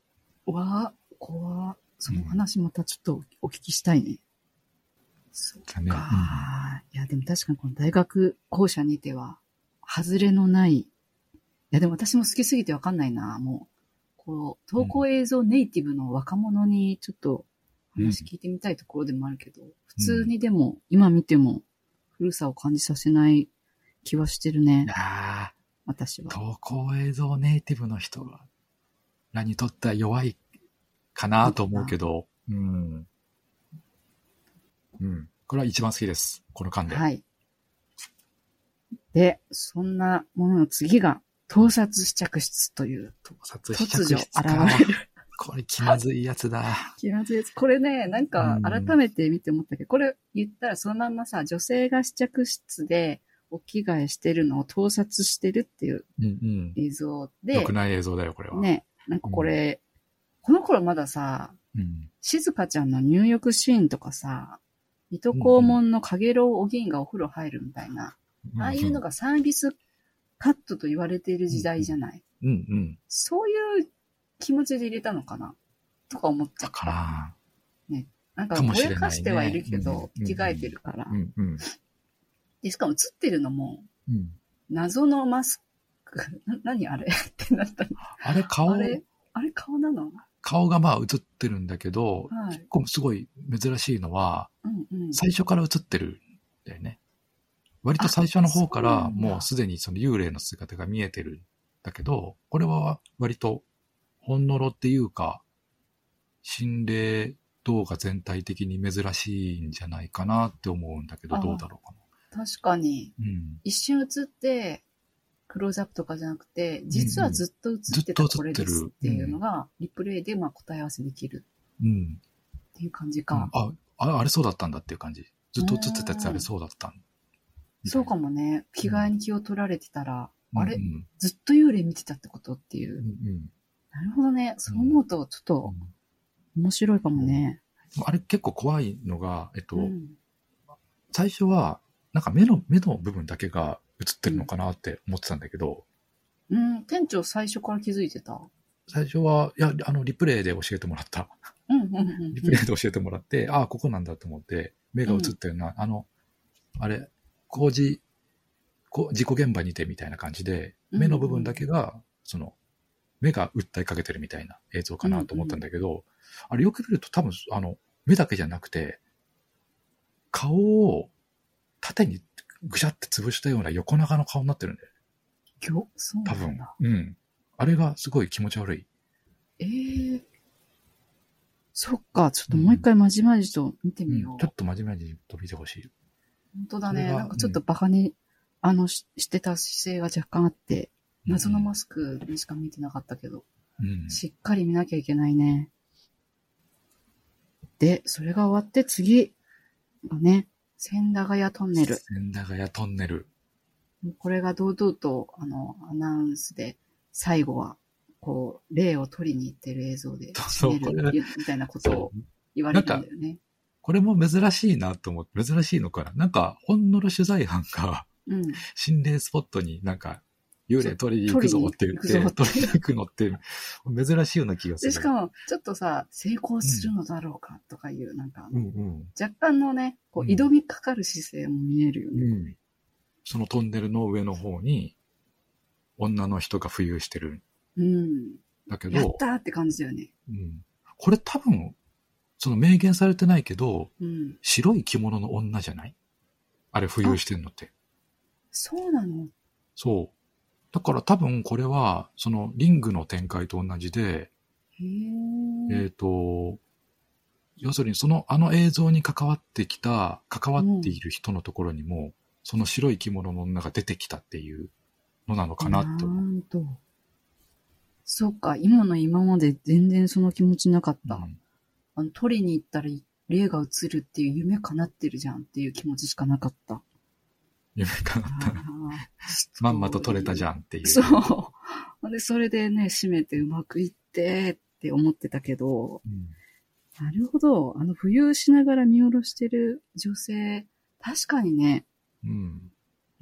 わあ、怖っその話またちょっとお聞きしたいね。そう
だね
か。いや、でも確かにこの大学校舎にては、外れのない。いや、でも私も好きすぎてわかんないな、もう。こう、投稿映像ネイティブの若者にちょっと話聞いてみたいところでもあるけど、普通にでも、今見ても古さを感じさせない気はしてるね
い、や
私
ー、
は。
投稿映像ネイティブの人らにとっては弱いかなと思うけど、うん。うん。これは一番好きです。この間で。
はい。で、そんなものの次が、盗撮試着室という、
殺
突如現れる。
これ気まずいやつだ。
気まずいです。これね、なんか
うん
改めて見て思ったけど、これ言ったらそのまんまさ、女性が試着室でお着替えしてるのを盗撮してるって いう
うんうん。
映像で
良く、ない映像だよ、これは。
ね、なんかこれ、この頃まださ、
うん。
静香ちゃんの入浴シーンとかさ、水戸黄門のかげろうお銀がお風呂入るみたいな、ああいうの
が。
がサービスカットと言われている時代じゃない。
うんうん。
そういう気持ちで入れたのかなとか思っちゃ
だ
っ
か
た。
ら、
なんか
かも
ぼ
しれないね
やかしてはいるけど、
うん
着替えてるから
う。んうん。
で、しかも映ってるのも、
うん。
謎のマスク。 な、何あれってなったの。
あれ、顔
あ、れあれ顔なの
顔がまあ映ってるんだけど、
はい
結構すごい珍しいのは、
うんうん。
最初から映ってるんだよね。割と最初の方か
あそう
ら
なんだ
もうすでにその幽霊の姿が見えてるんだけど、これは割とほんのろっていうか、心霊動画全体的に珍しいんじゃないかなって思うんだけど、
あ
どうだろうか
確かに、
な。うん。
一瞬映って、クローズアップとかじゃなくて、実はずっと映って
う
た
んずっと
これ
映って
で
る
すっていうのが、リプレイでまあ答え合わせできる
うん。
っていう感じか。
あ、ああれそうだったんだっていう感じ。ずっと映ってたやつあれそうだったん
そうかもね。着替えに気を取られてたら、あれ
うんうん
ずっと幽霊見てたってことっていうう。
んうん
なるほどね。そう思うと、ちょっと面白いかもね。
あれ結構怖いのが、えっと、
うん。
最初は、なんか目の、目の部分だけが映ってるのかなって思ってたんだけど、
うん、店長最初から気づいてた。
最初は、いや、あの、リプレイで教えてもらった。
うん、うん、うん。
リプレイで教えてもらって、ああ、ここなんだと思って、目が映ったような、あの、あれ、工事、こう事故現場にてみたいな感じで、
うん
目の部分だけが、その、目が訴えかけてるみたいな映像かなと思ったんだけど、あれよく見ると多分、あの、目だけじゃなくて、顔を縦にぐしゃって潰したような横長の顔になってるんだよ、
ぎょそう
多
なん
分
だ。。
うん。あれがすごい気持ち悪い。
ええそっか、ちょっともう一回まじまじと見て
うん
み
ち
よう。
ょっと真面目に飛びてほしい。
本当だ
こ
ね。
れは
なんかちょっとバカに、あのし、してた姿勢が若干あって、謎のマスクにしか見てなかったけど、
うん
しっかり見なきゃいけないね。で、それが終わって次がね、千駄ヶ谷トンネル。
千駄ヶ谷トンネル。
これが堂々と、あの、アナウンスで、最後は、こう、霊を取りに行ってる映像で、
そう
締め
これ
るみたいなことを言われたんだよね。
これも珍しいなと思って、珍しいのかな。なんか、ほんのろ取材班が
うん。
心霊スポットになんか、幽霊取りに行くぞって言って、
そう
取
取
りに行くのって、珍しいような気がす
で、
る。
しかも、ちょっとさ、成功するのだろうかとかいう、なんか、
うんうん。
若干のね、こう、
うん
挑みかかる姿勢も見えるよね。
うん。そのトンネルの上の方に、女の人が浮遊してるん
うん。
だけ
やっ
ど、
たーって感じだよね。
うん、これ多分、その明言されてないけど、
うん。
白い着物の女じゃないあれ浮遊してんのって。
そうなの。
そう。だから多分これは、そのリングの展開と同じで、
へ
え
ー
っ、と、要するにその、あの映像に関わってきた、関わっている人のところにも、その白い着物の女が出てきたっていうのなのかなって思う。
んと。そっか、今の今まで全然その気持ちなかっ
う
た。
ん
あの取りに行ったら霊が映るっていう夢叶ってるじゃんっていう気持ちしかなかった。
夢かなった
あ
ら、
ー
まんまと取れたじゃんっていう。
そう。で、それでね、締めてうまくいってって思ってたけど、
うん
なるほど。あの、浮遊しながら見下ろしてる女性、確かにね、
うん。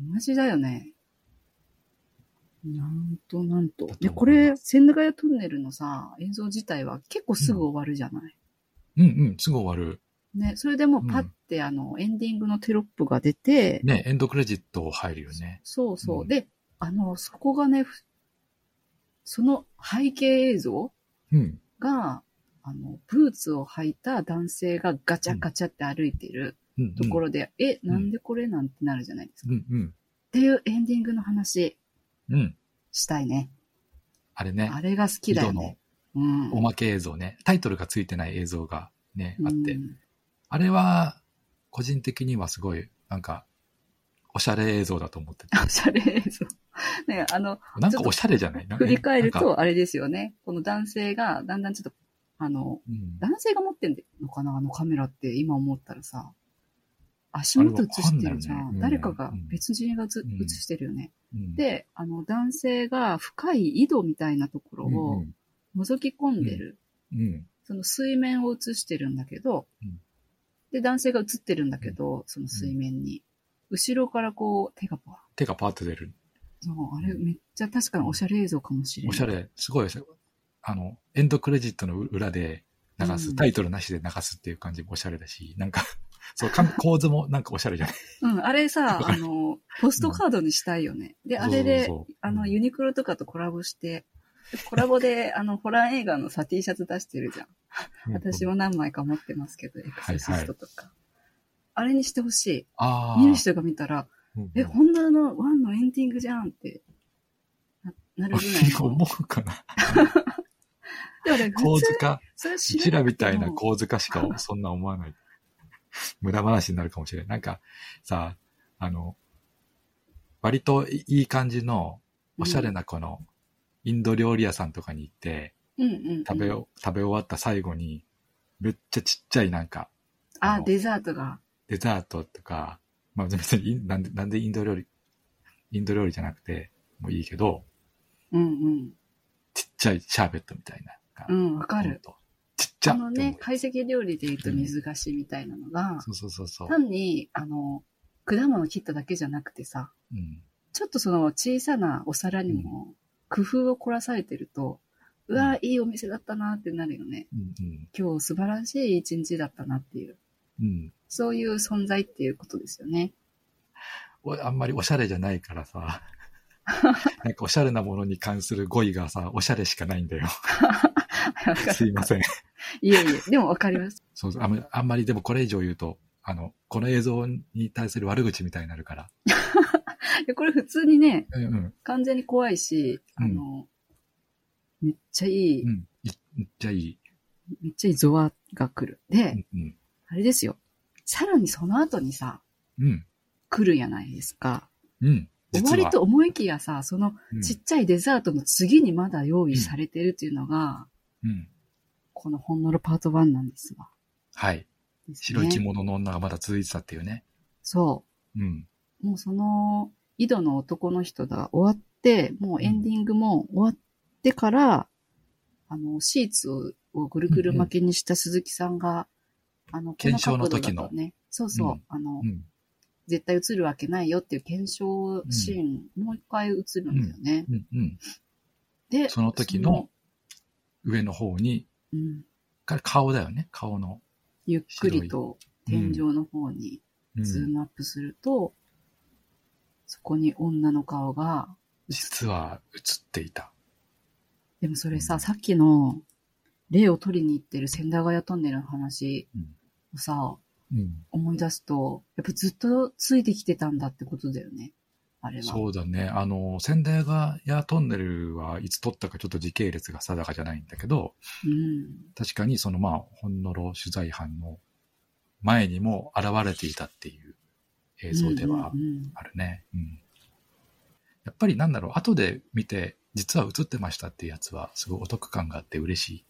同じだよね。なんとなんと。
だと思います
で、これ、千駄ヶ谷トンネルのさ、映像自体は結構すぐ終わるじゃない、
うんうん、すぐ終わる。
ね、それでもうパッて、あの、エンディングのテロップが出て、
ね、エンドクレジット入るよね。
そうそう。
うん
で、あの、そこがね、ふその背景映像
うん。
が、あの、ブーツを履いた男性がガチャガチャって歩いてる
うんうん
ところで、え、なんでこれなんてなるじゃないですか。
うんうん。
っていうエンディングの話
うん。
したいね。
あれね
あ、れが好きだよね。うん。
おまけ映像ね。タイトルがついてない映像がね、あって
う。ん
あれは、個人的にはすごい、なんか、おしゃれ映像だと思ってて。
おしゃれ映像。ね、あの、
なんかおしゃれじゃない
振り返る、
なんか
と、あれですよね。この男性が、だんだんちょっと、あの、
うん
男性が持ってんのかなあのカメラって今思ったらさ。足元映してるじゃ
あれ
ん。
わかんないよねうん
誰かが、別人がず
うん
映してるよね。
うん、
で、あの、男性が深い井戸みたいなところ
うんう
を
ん
覗き込んでる。
うん
その水面を映してるんだけど、
うん
で、男性が映ってるんだけど、その水面に。後ろからこう、手がパー
手がパーって出る。
そう、あれめっちゃ確かにおしゃれ映像かもしれない。
おしゃれ、すごいおしゃれ、あの、エンドクレジットの裏で流す、
うん
タイトルなしで流すっていう感じもおしゃれだし、なんか、そう、かん構図もなんかおしゃれじゃない
うん、あれ さ、
わか
あの、ポストカードにしたいよね。で、あれで
そうそうそう、
あ
う
の、
ん
ユニクロとかとコラボして、コラボで、 あの、ホラー映画のさ、T シャツ出してるじゃん。 私も何枚か持ってますけど、エクソシストとか。あれにしてほし
あ
い。
ー
見る人が見たら、
うん
え、ホンダのワンのエンディングじゃんって、ななるぐらい の。
思うかな
でもね、
構
普
図
通、
か、
それ
う
知
ち
らな
ら
く
み
て
た
も
いな構図かしかそんな思わない。 無駄話になるかもしれない。なんかさ、あの、割といいい感じの、おしゃれなこの、インド料理屋さんとかに行って、
うんうんうん
食べを、食べ終わった最後に、めっちゃちっちゃいなんか、あ
あ、
の
デザートが。
デザートとか、まあ別にインなんで、なんでインド料理、インド料理じゃなくてもいいけど、
うん
ちっちゃいシャーベットみたいな。
うん。うん、わか
ほん
る。
と。ちっちゃ
あ
って
の
思う
ね、懐石料理で言うと水菓子みたいなのが、
そうそうそうそう。
単に、あの、果物切っただけじゃなくてさ、
うん。
ちょっとその小さなお皿にも工夫を凝らされてると、う
うん
わ、いいお店だったなってなるよね。
うんうん。
今日素晴らしい一日だったなっていう。
うん。
そういう存在っていうことですよね。
おあんまりおしゃれじゃないか らさ、なんかおしゃれなものに関する語彙がさ、おしゃれしかないんだよ。 すいません。
いえいえ、でもわかります。
そうそうあんまり、あんまりでもこれ以上言うと、あの、この映像に対する悪口みたいになるから。
いやこれ普通にね、
うんうん。
完全に怖いし、あの、めっちゃいい、
うん。いめっちゃいい。
めっちゃいいゾワが来る。で、
うんうん。
あれですよ。さらにその後にさ、
うん。
来るやないですか。
うん。
終わりと思いきやさ、その
うん
ちっちゃいデザートの次にまだ用意されてるっていうのが、
うん。
このほんのろパート1なんですわ。
はい。
ですね
白い着物の女がまだ続いてたっていうね。
そ
うん。
う。もうその、井戸の男の人が終わって、もうエンディングも終わってから、あの、シーツををぐるぐる巻きにした鈴木さんが、あの、この
検証の
角度
時の
だとね、そうそう、
うん
あの
う、ん。
絶対映るわけないよっていう検証シーン、もう一回映るんだよね。
うん。うん。
で、
その時の上の方に、
その、うん、
から顔だよね。顔の。
ゆっくりと天井の方に
うん
ズームアップすると、そこに女の顔が、
実は映っていた。
でもそれ
う
さ、
ん
さっきの霊を取りに行ってる千駄ヶ谷トンネルの話
うん
をさ、
うん。
思い出すと、やっぱずっとついてきてたんだってことだよね。あれは。
そうだね。あの、仙台川やトンネルはいつ撮ったかちょっと時系列が定かじゃないんだけど、
うん。
確かにそのまあ、ほんのろ取材班の前にも現れていたっていう映像では
うんうんうん
あるね。うん。やっぱりなんだろう、後で見て、実は映ってましたっていうやつは、すごいお得感があって嬉しい。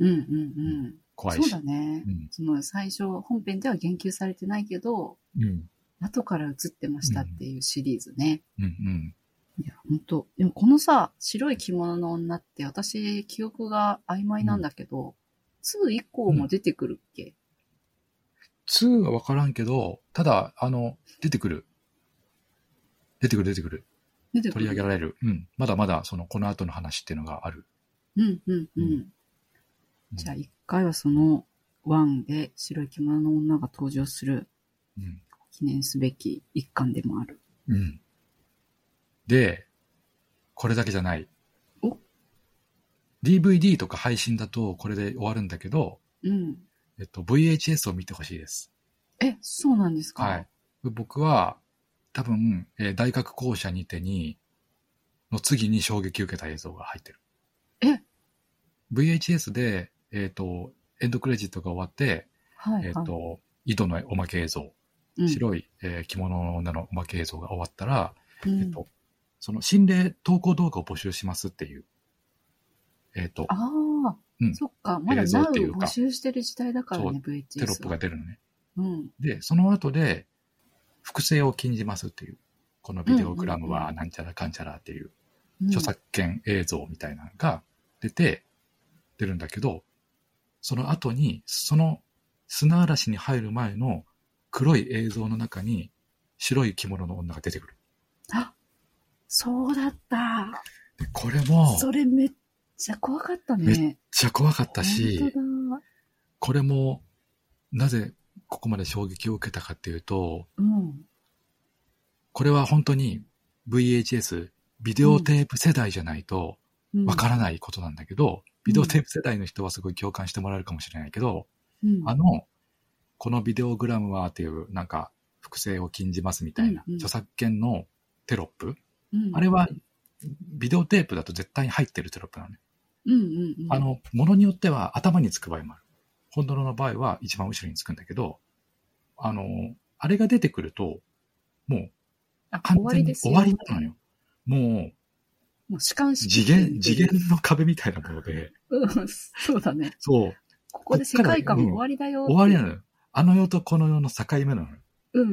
うんうんうん。
怖い
そう
し。
だね。
うん
その最初、本編では言及されてないけど、
うん。
後から映ってましたっていうシリーズね。
うんうん。
いや、本当でもこのさ、白い着物の女って私、記憶が曖昧なんだけど、2以降も出てくるっけ、
2はわからんけど、ただ、あの、出てくる。出てくる出てくる。
出てく
取り上げ
る。
られる。うん。まだまだ、その、この後の話っていうのがある。
うんうんうん。
うん
じゃあ一回はその1で白い着物の女が登場する
うん。
記念すべき一巻でもある。
うん。で、これだけじゃない
お。
DVD とか配信だとこれで終わるんだけど、
うん。
えっと、VHS を見てほしいです。
え、そうなんですか
はい。。僕は、多分、えー大学校舎にてに、の次に衝撃を受けた映像が入ってる。
え
?VHS で、えっ、と、エンドクレジットが終わって、
はい、はい。
えっ、と、井戸のおまけ映像、
うん、
白い、えー着物の女のおまけ映像が終わったら、
うん
えっと、その心霊投稿動画を募集しますっていう、えっ、と、
ああ、
うん
そっか、まだ
映像
Now
っていう
を
か
募集してる時代だからね、VHS
テロップが
は。
出るのね。
うん。
で、その後で、複製を禁じますっていう、このビデオグラム
うんうん
は
うん
なんちゃらかんちゃらっていう、
うん
著作権映像みたいなのが出て、出るんだけど、その後に、その砂嵐に入る前の黒い映像の中に、白い着物の女が出てくる。
そうだった。
でこれも、め
そ
っ
れめっちゃ怖かった
め
ね。
ちゃ怖かったし、
本当だ。
これも、なぜここまで衝撃を受けたかっていうと、
うん。
これは本当に VHS、ビデオテープ世代じゃないと
うん、
わからないことなんだけど、ビデオテープ世代の人はすごい共感してもらえるかもしれないけど、
うん
あの、このビデオグラムはっていう、なんか、複製を禁じますみたいな、
うんうん
著作権のテロップ、
うん
あれは、ビデオテープだと絶対に入ってるテロップなのね。
うんうんうん。
あ、の、ものによっては頭につく場合もある。本物の場合は一番後ろにつくんだけど、あの、あれが出てくると、もう
あ
完
終わ
全
り
に
です
終
よ。
わりなのよ。もう、
もう主観式
次元、次元の壁みたいなもので、
うん、そうだね。
そう、
ここで世界観終わりだよ。
終わりな
の
のよ。あの世とこの世の境目なのよ。
うんうんう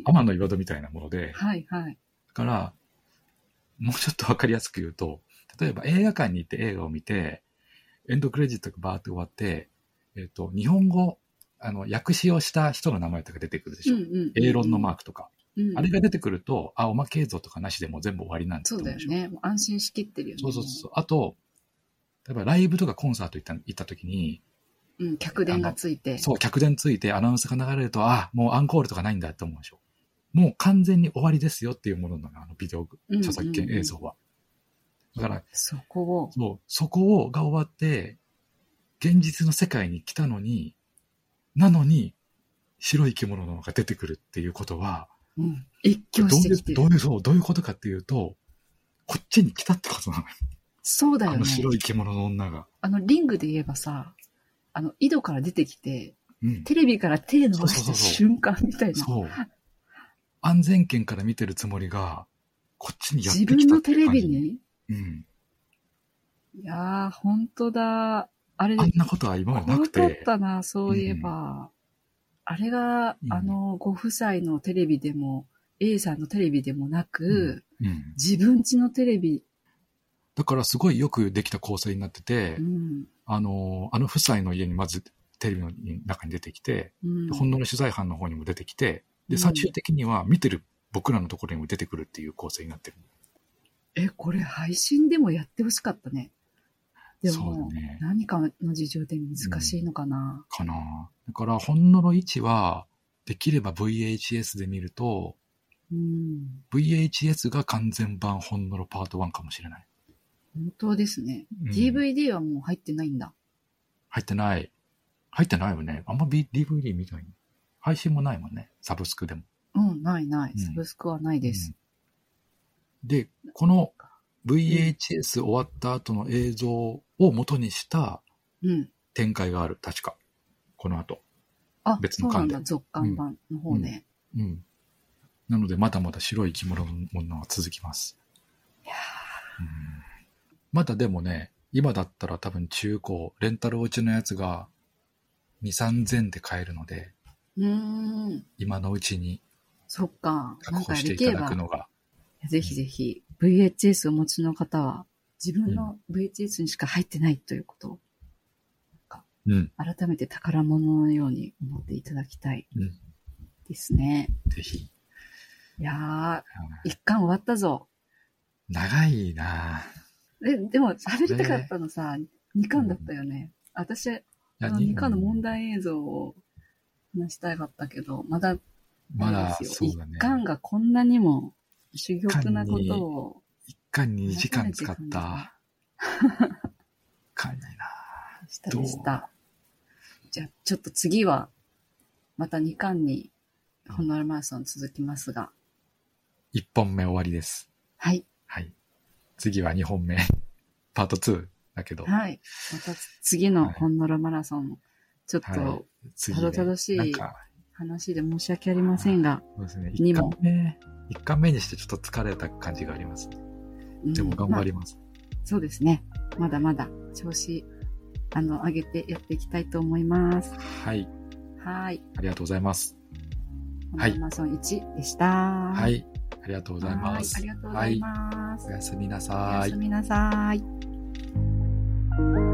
ん。
天の岩戸みたいなもので、
はいはい。
だから、もうちょっとわかりやすく言うと、例えば映画館に行って映画を見て、エンドクレジットがバーって終わって、えっ、と、日本語、あの、訳詞をした人の名前とか出てくるでし
う
ょ。
んうん。
エーロンのマークとか。
うん。
あれが出てくると、あ、おまけ映像とかなしでもう全部終わりなんだと
そう
思う
だ
でし
よ
ょ。
ね。もう安心しきってるよね。
そうそうそう。あと、例えばライブとかコンサート行った行った時に、
うん、客電がついて。
そう、客電ついてアナウンスが流れると、あ、もうアンコールとかないんだって思うでしょ。もう完全に終わりですよっていうものなの、あのビデオ、
うんうんうん
著作権映像は。だから、
そこを。
そう、そこをが終わって、現実の世界に来たのに、なのに、白い生き物のが出てくるっていうことは、
うん。一
ど
挙
う
して
い
きてる
う、どう。いう、そう、どういうことかっていうと、こっちに来たってことなのよ。
そうだよ
あ
ね。
の白い生き物の女が。
あの、リングで言えばさ、あの、井戸から出てきて、
うん。
テレビから手伸ばし
そ
た
うそうそうそう
瞬間みたいな。
そう。安全圏から見てるつもりが、こっちにやっ
自
てき
分
た
の
って
テレ
いう感じ。
ビに
うん。
いやー、本当だ。あれ、
あんなことは今までな
怖
く。
かってたな、そういえば。あれが、
うん
あの、ご夫妻のテレビでも、A さんのテレビでもなく、
うん。
自分家のテレビ、
だからすごいよくできた構成になってて、
うん、
あの、あの夫妻の家にまずテレビの中に出てきて、
うん。
本能の取材班の方にも出てきて、
う
で、
ん
最終的には見てる僕らのところにも出てくるっていう構成になってる。
え、これ配信でもやってほしかったね。で
そうだ
も、
ね。
何かの事情で難しいのかな。
かな。だから、ほんのの位置は、できれば VHS で見ると、
うん。
VHS が完全版ほんのろパート1かもしれない。
本当ですね。
うん
DVD はもう入ってないんだ。
入ってない。入ってないよね。あんま B- DVD 見ない。配信もないもんね。サブスクでも。
うん、ないな
う
い。
ん
サブスクはないです。
うんで、この VHS 終わった後の映像を元にした
うん。
展開がある。確か。この後。
あ、
別
そ
の
うな
巻
ん
で
だ。続刊版の方ね。
うん。なので、まだまだ白い生き物は続きます。
いや
うんまだでもね、今だったら多分中古、レンタルおうちのやつが2、3000で買えるので、
ーうーん。
今のうちに
そっか。な
確
ん
保
か
して
で
い
き
た
れ
だ
ば
く、のが、
ぜひぜひ VHS をお持ちの方は、自分の VHS にしか入ってないということを、
うん、
改めて宝物のように思っていただきたい
うん、
ですね。
ぜひ。
いや
あ
ー、一巻終わったぞ。
長いなぁ
え、でも喋りたかったのさ、2巻だったよね。私、
いや
あの2
に
巻の問題映像を話したかったけど、まだ
まだ、
ですよ
そうだね。
一巻がこんなにも主玉なこ
一巻に
とを、
一巻に2時間使っ
改めて感じ
た。感じな
したでした。じゃあ、ちょっと次は、また2巻に、ホノルルマラソン続きますが、
1本目終わりです。
はい、
はい。次は2本目。 パート2だけど、
はい。また次のホノルルマラソン、ちょっ
は
と
次、
たどたどしい
なんか、
話で申し訳ありませんが、
そうですね。
に
1
も
巻目、一巻目にしてちょっと疲れた感じがあります。
うん
でも頑
まあ
張ります。
そうですね。まだまだ調子、あの、上げてやっていきたいと思います。
はい。
はい。
ありがとうございます。
ホノ
はい
ルルマラソン1でした。
は
はい。
い。ありがとうございます。
ありがとうござい
は
ます
お。やすみな
お
さ
や
い
す。みなさい。